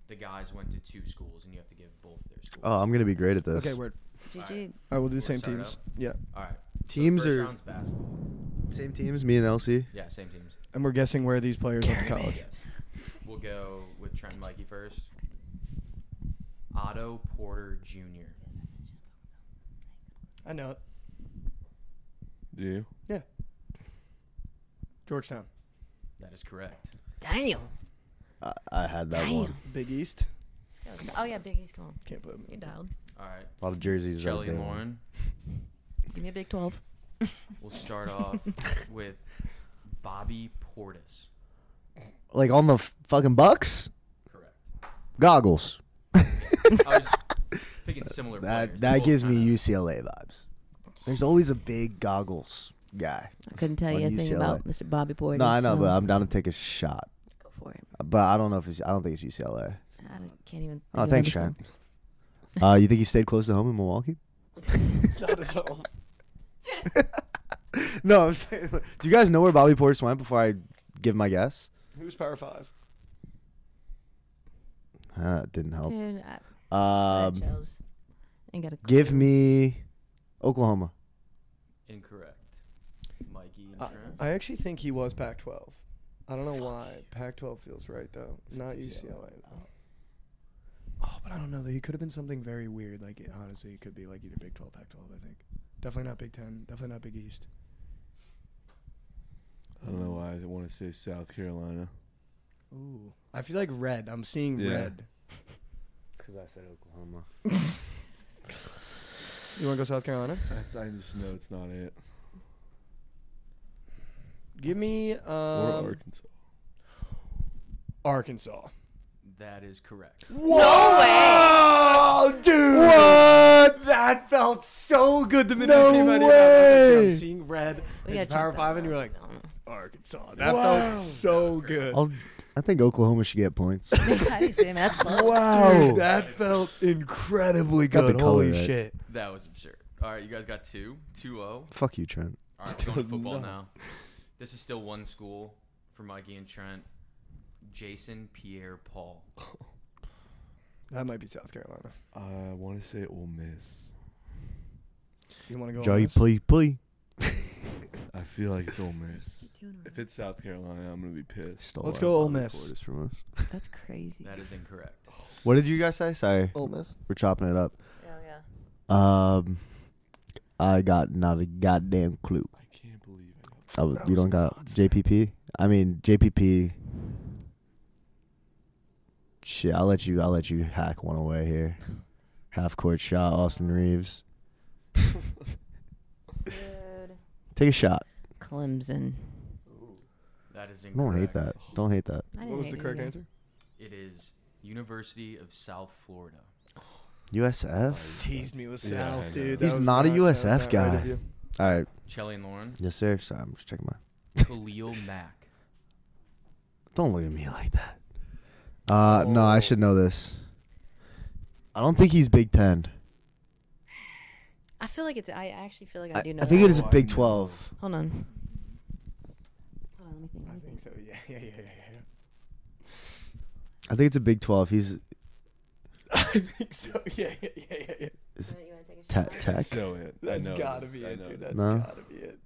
[SPEAKER 6] The guys went to two schools, and you have to give both their schools.
[SPEAKER 4] Oh, I'm gonna be great at this.
[SPEAKER 1] Okay. Word.
[SPEAKER 5] Did
[SPEAKER 6] Alright.
[SPEAKER 5] you?
[SPEAKER 1] All right. We'll do the
[SPEAKER 6] We'll
[SPEAKER 1] same
[SPEAKER 6] start
[SPEAKER 1] teams.
[SPEAKER 6] up.
[SPEAKER 1] Yeah.
[SPEAKER 6] All right.
[SPEAKER 4] Teams
[SPEAKER 6] so first
[SPEAKER 4] are-
[SPEAKER 6] round's basketball.
[SPEAKER 4] Same teams, me and Elsie.
[SPEAKER 6] Yeah, same teams.
[SPEAKER 1] And we're guessing where these players went to college.
[SPEAKER 6] Yes. We'll go with Trent Mikey first. Otto Porter Jr.
[SPEAKER 1] I know it.
[SPEAKER 3] Do you?
[SPEAKER 1] Yeah. Georgetown,
[SPEAKER 6] That is correct.
[SPEAKER 5] Daniel.
[SPEAKER 4] I, I had that
[SPEAKER 5] Damn.
[SPEAKER 4] one.
[SPEAKER 1] Big East.
[SPEAKER 5] Let's go. Oh yeah, Biggie's calling.
[SPEAKER 1] Can't believe it.
[SPEAKER 5] You're dialed.
[SPEAKER 6] All right.
[SPEAKER 4] A lot of jerseys. out
[SPEAKER 6] Shelly
[SPEAKER 4] there.
[SPEAKER 6] Lauren.
[SPEAKER 5] Give me a Big Twelve.
[SPEAKER 6] We'll start off with Bobby Portis.
[SPEAKER 4] Like on the f- fucking Bucks.
[SPEAKER 6] Correct.
[SPEAKER 4] Goggles.
[SPEAKER 6] I was picking similar
[SPEAKER 4] That
[SPEAKER 6] players.
[SPEAKER 4] that
[SPEAKER 6] Both
[SPEAKER 4] gives me
[SPEAKER 6] kinda-
[SPEAKER 4] UCLA vibes. There's always a big goggles guy.
[SPEAKER 5] I couldn't tell
[SPEAKER 4] On
[SPEAKER 5] you a thing
[SPEAKER 4] UCLA.
[SPEAKER 5] about Mr. Bobby Portis.
[SPEAKER 4] No, I know,
[SPEAKER 5] so
[SPEAKER 4] but I'm down to take a shot.
[SPEAKER 5] go for it.
[SPEAKER 4] But I don't know if it's. I don't think it's UCLA.
[SPEAKER 5] I can't even.
[SPEAKER 4] Oh,
[SPEAKER 5] think of
[SPEAKER 4] thanks,
[SPEAKER 5] another
[SPEAKER 4] Shaq. Uh, you think he stayed close to home in Milwaukee? No. I'm saying, do you guys know where Bobby Portis went before I give my guess?
[SPEAKER 1] Who's Power Five?
[SPEAKER 4] Uh, it didn't
[SPEAKER 5] school.
[SPEAKER 4] help.
[SPEAKER 5] Dude, I, I had
[SPEAKER 4] Um,
[SPEAKER 5] chills. Ain't got a
[SPEAKER 4] give
[SPEAKER 5] clue.
[SPEAKER 4] me Oklahoma.
[SPEAKER 6] Incorrect. Mikey and
[SPEAKER 1] I,
[SPEAKER 6] Trent.
[SPEAKER 1] Uh, I actually think he was Pac-12. I don't know why. Pac-12 feels right though. Not UCLA. though. Oh, but I don't know. He could have been something very weird. Like it, honestly, it could be like either Big 12, Pac-12. I think. Definitely not Big Ten. Definitely not Big East.
[SPEAKER 3] I don't know why I want to say South Carolina.
[SPEAKER 1] Ooh, I feel like red. I'm seeing
[SPEAKER 3] Yeah.
[SPEAKER 1] red.
[SPEAKER 4] It's because I said Oklahoma.
[SPEAKER 1] You want to go South Carolina?
[SPEAKER 3] That's I just know it's not it.
[SPEAKER 1] Give me
[SPEAKER 3] Or
[SPEAKER 1] um,
[SPEAKER 4] Um,
[SPEAKER 3] Arkansas.
[SPEAKER 1] Arkansas.
[SPEAKER 6] That is correct.
[SPEAKER 1] No way! Oh, dude! What? That felt so good the minute no you came out here. I'm seeing red.
[SPEAKER 5] We
[SPEAKER 1] it's
[SPEAKER 5] gotta
[SPEAKER 1] Power
[SPEAKER 5] check that
[SPEAKER 1] Five, and
[SPEAKER 5] out.
[SPEAKER 1] you're like, Arkansas. That felt so good.
[SPEAKER 4] I'll, I think Oklahoma should get points.
[SPEAKER 5] That's close.
[SPEAKER 1] Wow, that felt incredibly
[SPEAKER 4] Got the
[SPEAKER 1] good.
[SPEAKER 4] color
[SPEAKER 1] Holy
[SPEAKER 4] right.
[SPEAKER 1] shit!
[SPEAKER 6] That was absurd. All right, you guys got two, two zero.
[SPEAKER 4] Fuck you, Trent.
[SPEAKER 6] All right, we're going to football now. This is still one school for Mikey and Trent. Jason Pierre Paul.
[SPEAKER 1] That might be South Carolina.
[SPEAKER 3] I want to say it will miss.
[SPEAKER 1] You want to go?
[SPEAKER 4] Joy,
[SPEAKER 1] on this?
[SPEAKER 4] play, play.
[SPEAKER 3] I feel like it's Ole Miss. If it's South Carolina, I'm gonna be pissed.
[SPEAKER 4] Stole
[SPEAKER 1] Let's
[SPEAKER 4] our
[SPEAKER 1] go Ole
[SPEAKER 4] bottom
[SPEAKER 1] Miss.
[SPEAKER 4] quarters From us.
[SPEAKER 2] That's crazy.
[SPEAKER 6] That is incorrect.
[SPEAKER 4] What did you guys say? Sorry,
[SPEAKER 1] Ole Miss.
[SPEAKER 4] we're chopping it up.
[SPEAKER 5] Oh, yeah.
[SPEAKER 4] Um, I got not a goddamn clue.
[SPEAKER 3] I can't believe it.
[SPEAKER 4] I was, you don't got JPP. I mean JPP. Shit, I'll let you. I'll let you hack one away here. Half court shot, Austin Reeves.
[SPEAKER 5] Dude.
[SPEAKER 4] Take a shot.
[SPEAKER 5] Clemson.
[SPEAKER 6] That is incorrect.
[SPEAKER 4] Don't hate that. Don't hate that.
[SPEAKER 1] What
[SPEAKER 5] I didn't
[SPEAKER 1] was
[SPEAKER 5] hate
[SPEAKER 1] the
[SPEAKER 5] it
[SPEAKER 1] correct
[SPEAKER 5] either.
[SPEAKER 1] answer?
[SPEAKER 6] It is University of South Florida.
[SPEAKER 4] USF.
[SPEAKER 1] Teased me with
[SPEAKER 3] Yeah, I
[SPEAKER 1] South,
[SPEAKER 3] know.
[SPEAKER 1] dude. That
[SPEAKER 4] He's
[SPEAKER 1] was
[SPEAKER 4] not a
[SPEAKER 1] that
[SPEAKER 4] USF
[SPEAKER 1] right of
[SPEAKER 4] guy.
[SPEAKER 1] you.
[SPEAKER 4] All right.
[SPEAKER 6] Chelly and Lauren.
[SPEAKER 4] Yes, sir. Sorry, I'm just checking my.
[SPEAKER 6] Khalil Mack.
[SPEAKER 4] Don't look at me like that. Uh, no, I should know this. I don't think he's Big Ten.
[SPEAKER 5] I feel like it's. I actually feel like I,
[SPEAKER 4] I,
[SPEAKER 5] do know.
[SPEAKER 4] Oh, I think it
[SPEAKER 5] that.
[SPEAKER 4] is Big Twelve.
[SPEAKER 5] Hold on. Hold on. Let me think. Let
[SPEAKER 1] I
[SPEAKER 5] me
[SPEAKER 1] think
[SPEAKER 5] think.
[SPEAKER 1] so. Yeah, yeah, yeah, yeah.
[SPEAKER 4] I think it's a Big Twelve. He's
[SPEAKER 1] yeah. I think so. Yeah, yeah, yeah, yeah. yeah.
[SPEAKER 5] You wanna- you wanna take a
[SPEAKER 4] te-
[SPEAKER 5] shot?
[SPEAKER 4] Tech.
[SPEAKER 3] So it. I
[SPEAKER 1] That's
[SPEAKER 3] know
[SPEAKER 1] gotta
[SPEAKER 3] this.
[SPEAKER 1] be
[SPEAKER 3] I
[SPEAKER 1] it,
[SPEAKER 3] know
[SPEAKER 1] dude.
[SPEAKER 3] this.
[SPEAKER 1] That's
[SPEAKER 4] No.
[SPEAKER 1] gotta be it.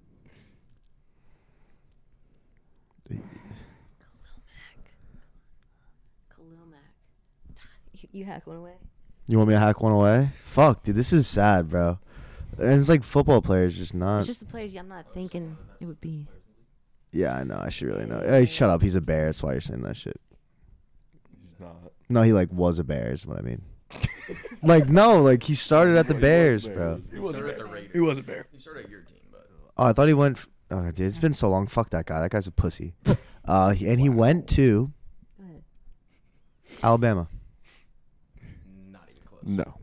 [SPEAKER 5] Khalil Mack. You, you hack one away.
[SPEAKER 4] You want me to hack one away? Fuck, dude, this is sad, bro. And it's like football players just not.
[SPEAKER 5] It's just the players. I'm not thinking it would be.
[SPEAKER 4] yeah, I know. I should really know. Hey, shut up. He's a bear. That's why you're saying that shit.
[SPEAKER 3] He's not.
[SPEAKER 4] No, he like was a bear. Is what I mean. like no, like he started at the
[SPEAKER 3] He was
[SPEAKER 4] Bears,
[SPEAKER 3] Bears.
[SPEAKER 4] bro.
[SPEAKER 6] He
[SPEAKER 1] wasn't
[SPEAKER 6] started at the
[SPEAKER 5] bad.
[SPEAKER 6] Raiders.
[SPEAKER 1] He was a bear.
[SPEAKER 6] He started at your team, but
[SPEAKER 4] Oh, I thought he went. F- oh, dude, it's been so long. Fuck that guy. That guy's a pussy. Uh, he- and he went to
[SPEAKER 5] Go ahead.
[SPEAKER 4] Alabama.
[SPEAKER 6] not even close.
[SPEAKER 3] No.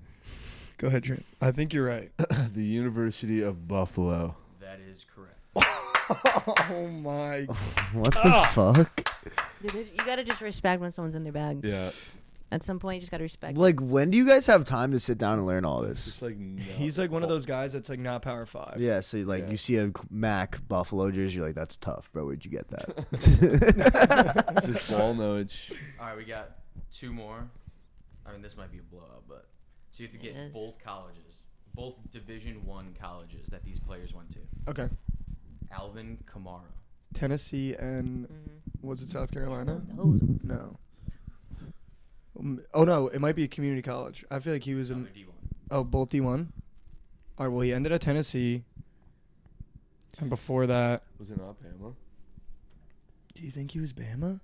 [SPEAKER 1] Go ahead, Trent. I think you're right.
[SPEAKER 3] the University of Buffalo.
[SPEAKER 6] That is correct.
[SPEAKER 1] oh my.
[SPEAKER 4] What the
[SPEAKER 3] Ah.
[SPEAKER 4] fuck?
[SPEAKER 5] Dude, there- you gotta just respect when someone's in their bag.
[SPEAKER 3] Yeah.
[SPEAKER 5] At some point, you just gotta respect.
[SPEAKER 4] Like, when do you guys have time to sit down and learn all
[SPEAKER 3] It's
[SPEAKER 4] this?
[SPEAKER 3] like no.
[SPEAKER 1] He's like one of those guys that's like not power five.
[SPEAKER 4] Yeah, so like
[SPEAKER 3] Yeah.
[SPEAKER 4] you see a Mac Buffalo jersey, you're like, that's tough, bro. Where'd you get that?
[SPEAKER 3] It's just ball knowledge.
[SPEAKER 6] All right, we got two more. I mean, this might be a blowout, but so you have to
[SPEAKER 5] It
[SPEAKER 6] get
[SPEAKER 5] is.
[SPEAKER 6] both colleges, both Division One colleges that these players went to.
[SPEAKER 1] Okay.
[SPEAKER 6] Alvin Kamara.
[SPEAKER 1] Tennessee and was it South Carolina?
[SPEAKER 5] Mm-hmm. Those.
[SPEAKER 1] No. Um, Oh no, it might be a community college. I feel like he was in
[SPEAKER 6] Another D1.
[SPEAKER 1] oh both D one. All right, well he ended at Tennessee, and before that,
[SPEAKER 3] Was it not Bama?
[SPEAKER 1] do you think he was Bama?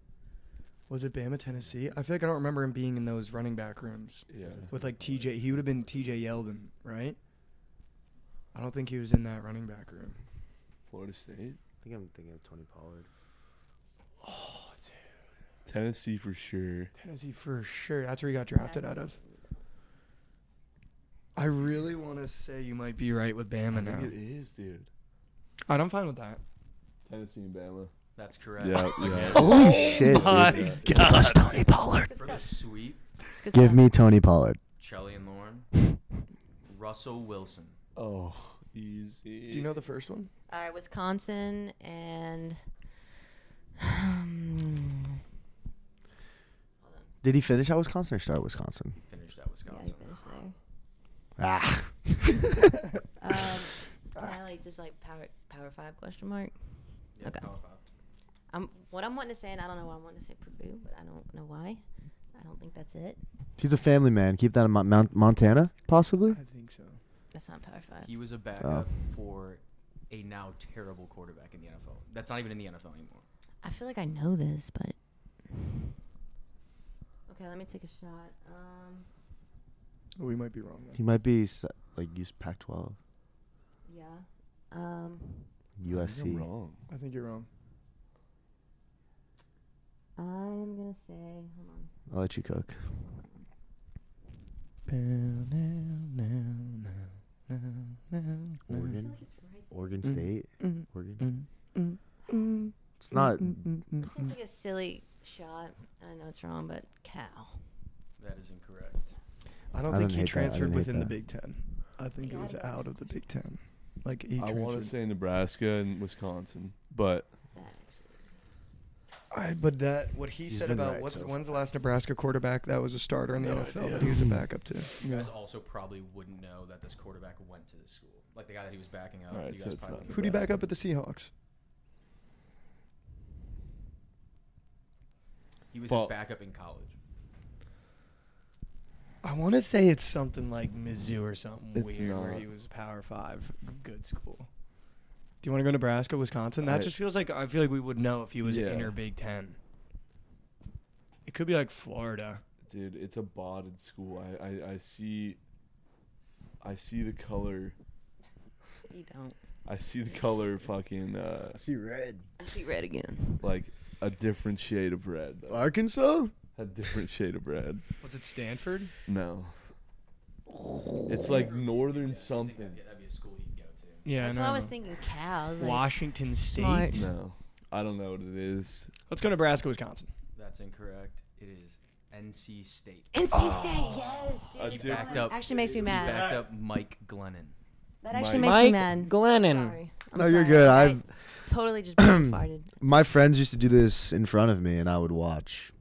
[SPEAKER 1] Was it Bama Tennessee? I feel like I don't remember him being in those running back rooms
[SPEAKER 3] Yeah.
[SPEAKER 1] with like TJ. He would have been TJ Yeldon, right? I don't think he was in that running back room.
[SPEAKER 3] Florida State.
[SPEAKER 4] think I'm thinking of Tony Pollard.
[SPEAKER 3] Tennessee for sure.
[SPEAKER 1] Tennessee for sure. That's where he got drafted out of. I really want to say you might be right with
[SPEAKER 3] I
[SPEAKER 1] Bama
[SPEAKER 3] think
[SPEAKER 1] now.
[SPEAKER 3] it is, dude.
[SPEAKER 1] All right, I'm fine with that.
[SPEAKER 3] Tennessee and Bama.
[SPEAKER 6] That's correct.
[SPEAKER 3] Yeah,
[SPEAKER 6] Again,
[SPEAKER 3] yeah.
[SPEAKER 4] Holy shit. dude.
[SPEAKER 3] Yeah.
[SPEAKER 6] For the sweep,
[SPEAKER 5] It's good
[SPEAKER 4] Give
[SPEAKER 5] stuff.
[SPEAKER 4] me Tony Pollard.
[SPEAKER 6] Chelly and Lauren. Russell Wilson.
[SPEAKER 3] Oh, easy.
[SPEAKER 1] Do you know the first one?
[SPEAKER 5] All right, Wisconsin and.
[SPEAKER 4] Did he finish at Wisconsin or start at Wisconsin?
[SPEAKER 6] Finished at
[SPEAKER 5] Yeah, he
[SPEAKER 6] Wisconsin.
[SPEAKER 5] finished there.
[SPEAKER 4] Ah.
[SPEAKER 5] Um, can I like just like power power five question mark?
[SPEAKER 6] Yeah,
[SPEAKER 5] Okay.
[SPEAKER 6] power five.
[SPEAKER 5] I'm what I'm wanting to say, and I don't know why I'm wanting to say Purdue, but I don't know why. I don't think that's it.
[SPEAKER 4] He's a family man. Keep that in Mon- Mount- Montana, possibly.
[SPEAKER 1] I think so.
[SPEAKER 5] That's not power five.
[SPEAKER 6] He was a
[SPEAKER 3] Oh.
[SPEAKER 6] backup for a now terrible quarterback in the NFL. That's not even in the NFL anymore.
[SPEAKER 5] I feel like I know this, but okay. Let me take a shot. Um,
[SPEAKER 1] We might be wrong.
[SPEAKER 4] He might be s- like use Pac-12,
[SPEAKER 5] yeah. Um,
[SPEAKER 3] I'm
[SPEAKER 4] USC.
[SPEAKER 3] wrong.
[SPEAKER 1] I think you're wrong.
[SPEAKER 5] I'm gonna say. Hold on.
[SPEAKER 4] I'll let you cook. Oregon, Oregon State, Oregon. Mm. It's not.
[SPEAKER 1] mm,
[SPEAKER 5] It seems like a silly shot. I know it's wrong, but cow.
[SPEAKER 6] That is incorrect.
[SPEAKER 1] I don't
[SPEAKER 4] I
[SPEAKER 1] think
[SPEAKER 4] didn't
[SPEAKER 1] he
[SPEAKER 4] hate that. I
[SPEAKER 1] transferred
[SPEAKER 4] didn't hate
[SPEAKER 1] within the
[SPEAKER 4] that.
[SPEAKER 1] Big Ten. I think he was out of the Big Ten. Like he
[SPEAKER 3] I want
[SPEAKER 1] transferred.
[SPEAKER 3] to say Nebraska and Wisconsin, but
[SPEAKER 1] I, but that what he
[SPEAKER 4] He's
[SPEAKER 1] said
[SPEAKER 4] been
[SPEAKER 1] about
[SPEAKER 4] right
[SPEAKER 1] what's
[SPEAKER 4] so
[SPEAKER 1] when's the last Nebraska quarterback that was a starter in the NFL that he was a backup to?
[SPEAKER 6] You guys also probably wouldn't know that this quarterback went to this school. Like the guy that he was backing up.
[SPEAKER 3] All right,
[SPEAKER 6] you
[SPEAKER 3] so
[SPEAKER 6] guys
[SPEAKER 3] it's
[SPEAKER 6] probably
[SPEAKER 3] not
[SPEAKER 6] wouldn't
[SPEAKER 1] Who do you
[SPEAKER 6] know.
[SPEAKER 1] back up at the Seahawks?
[SPEAKER 6] He was
[SPEAKER 3] Well-
[SPEAKER 6] his backup in college.
[SPEAKER 1] I want to say it's something like Mizzou or something
[SPEAKER 3] It's
[SPEAKER 1] weird where
[SPEAKER 3] not.
[SPEAKER 1] he was Power Five, good school. Do you want to go Nebraska, Wisconsin? That
[SPEAKER 3] I-
[SPEAKER 1] just feels like I feel like we would know if he was
[SPEAKER 3] Yeah.
[SPEAKER 1] inner Big Ten. It could be like Florida.
[SPEAKER 3] dude, it's a botted school. I, I, I see, I see the color.
[SPEAKER 5] You don't.
[SPEAKER 3] I see the color. Fucking uh,
[SPEAKER 4] See red.
[SPEAKER 5] I see red again.
[SPEAKER 3] like a different shade of red.
[SPEAKER 4] Arkansas.
[SPEAKER 3] A different shade of red.
[SPEAKER 1] Was it Stanford?
[SPEAKER 3] No. It's like northern something.
[SPEAKER 6] Yeah, that'd be a school he'd go to.
[SPEAKER 1] Yeah,
[SPEAKER 5] That's why I was thinking cow. I was like,
[SPEAKER 1] Washington
[SPEAKER 5] smart.
[SPEAKER 1] State.
[SPEAKER 3] No, I don't know what it is.
[SPEAKER 1] Let's go Nebraska, Wisconsin.
[SPEAKER 6] That's incorrect. It is NC State.
[SPEAKER 5] NC State, yes,
[SPEAKER 3] A
[SPEAKER 5] dude.
[SPEAKER 3] different-
[SPEAKER 5] That
[SPEAKER 6] Oh. Backed up.
[SPEAKER 5] Actually makes me
[SPEAKER 6] he
[SPEAKER 5] mad.
[SPEAKER 6] Backed up Mike Glennon.
[SPEAKER 5] That actually
[SPEAKER 3] Mike-
[SPEAKER 5] makes me mad.
[SPEAKER 1] Glennon.
[SPEAKER 5] Sorry. I'm
[SPEAKER 4] No, you're
[SPEAKER 5] sorry.
[SPEAKER 4] good.
[SPEAKER 5] I
[SPEAKER 4] I've
[SPEAKER 5] totally just brain farted.
[SPEAKER 4] my friends used to do this in front of me, and I would watch.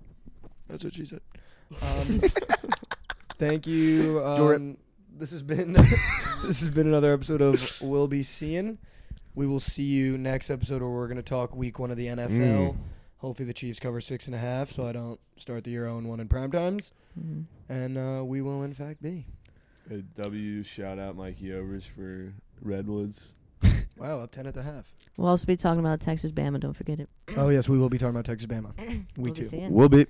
[SPEAKER 1] That's what she said. Um, thank you.
[SPEAKER 4] Jorrit.
[SPEAKER 1] Um, this has been this has been another episode of We'll Be Seeing. We will see you next episode where we're going to talk week one of the NFL.
[SPEAKER 4] Mm.
[SPEAKER 1] Hopefully the Chiefs cover six and a half, so I don't start the year 0 and one in prime times. And uh, we will in fact be.
[SPEAKER 3] A Uh, W shout out Mikey Overs for Redwoods.
[SPEAKER 1] Wow, up ten at the half.
[SPEAKER 5] We'll also be talking about Texas Bama. Don't forget it.
[SPEAKER 1] oh yes, we will be talking about Texas Bama. We
[SPEAKER 5] We'll be
[SPEAKER 1] too.
[SPEAKER 5] seeing.
[SPEAKER 4] Will be.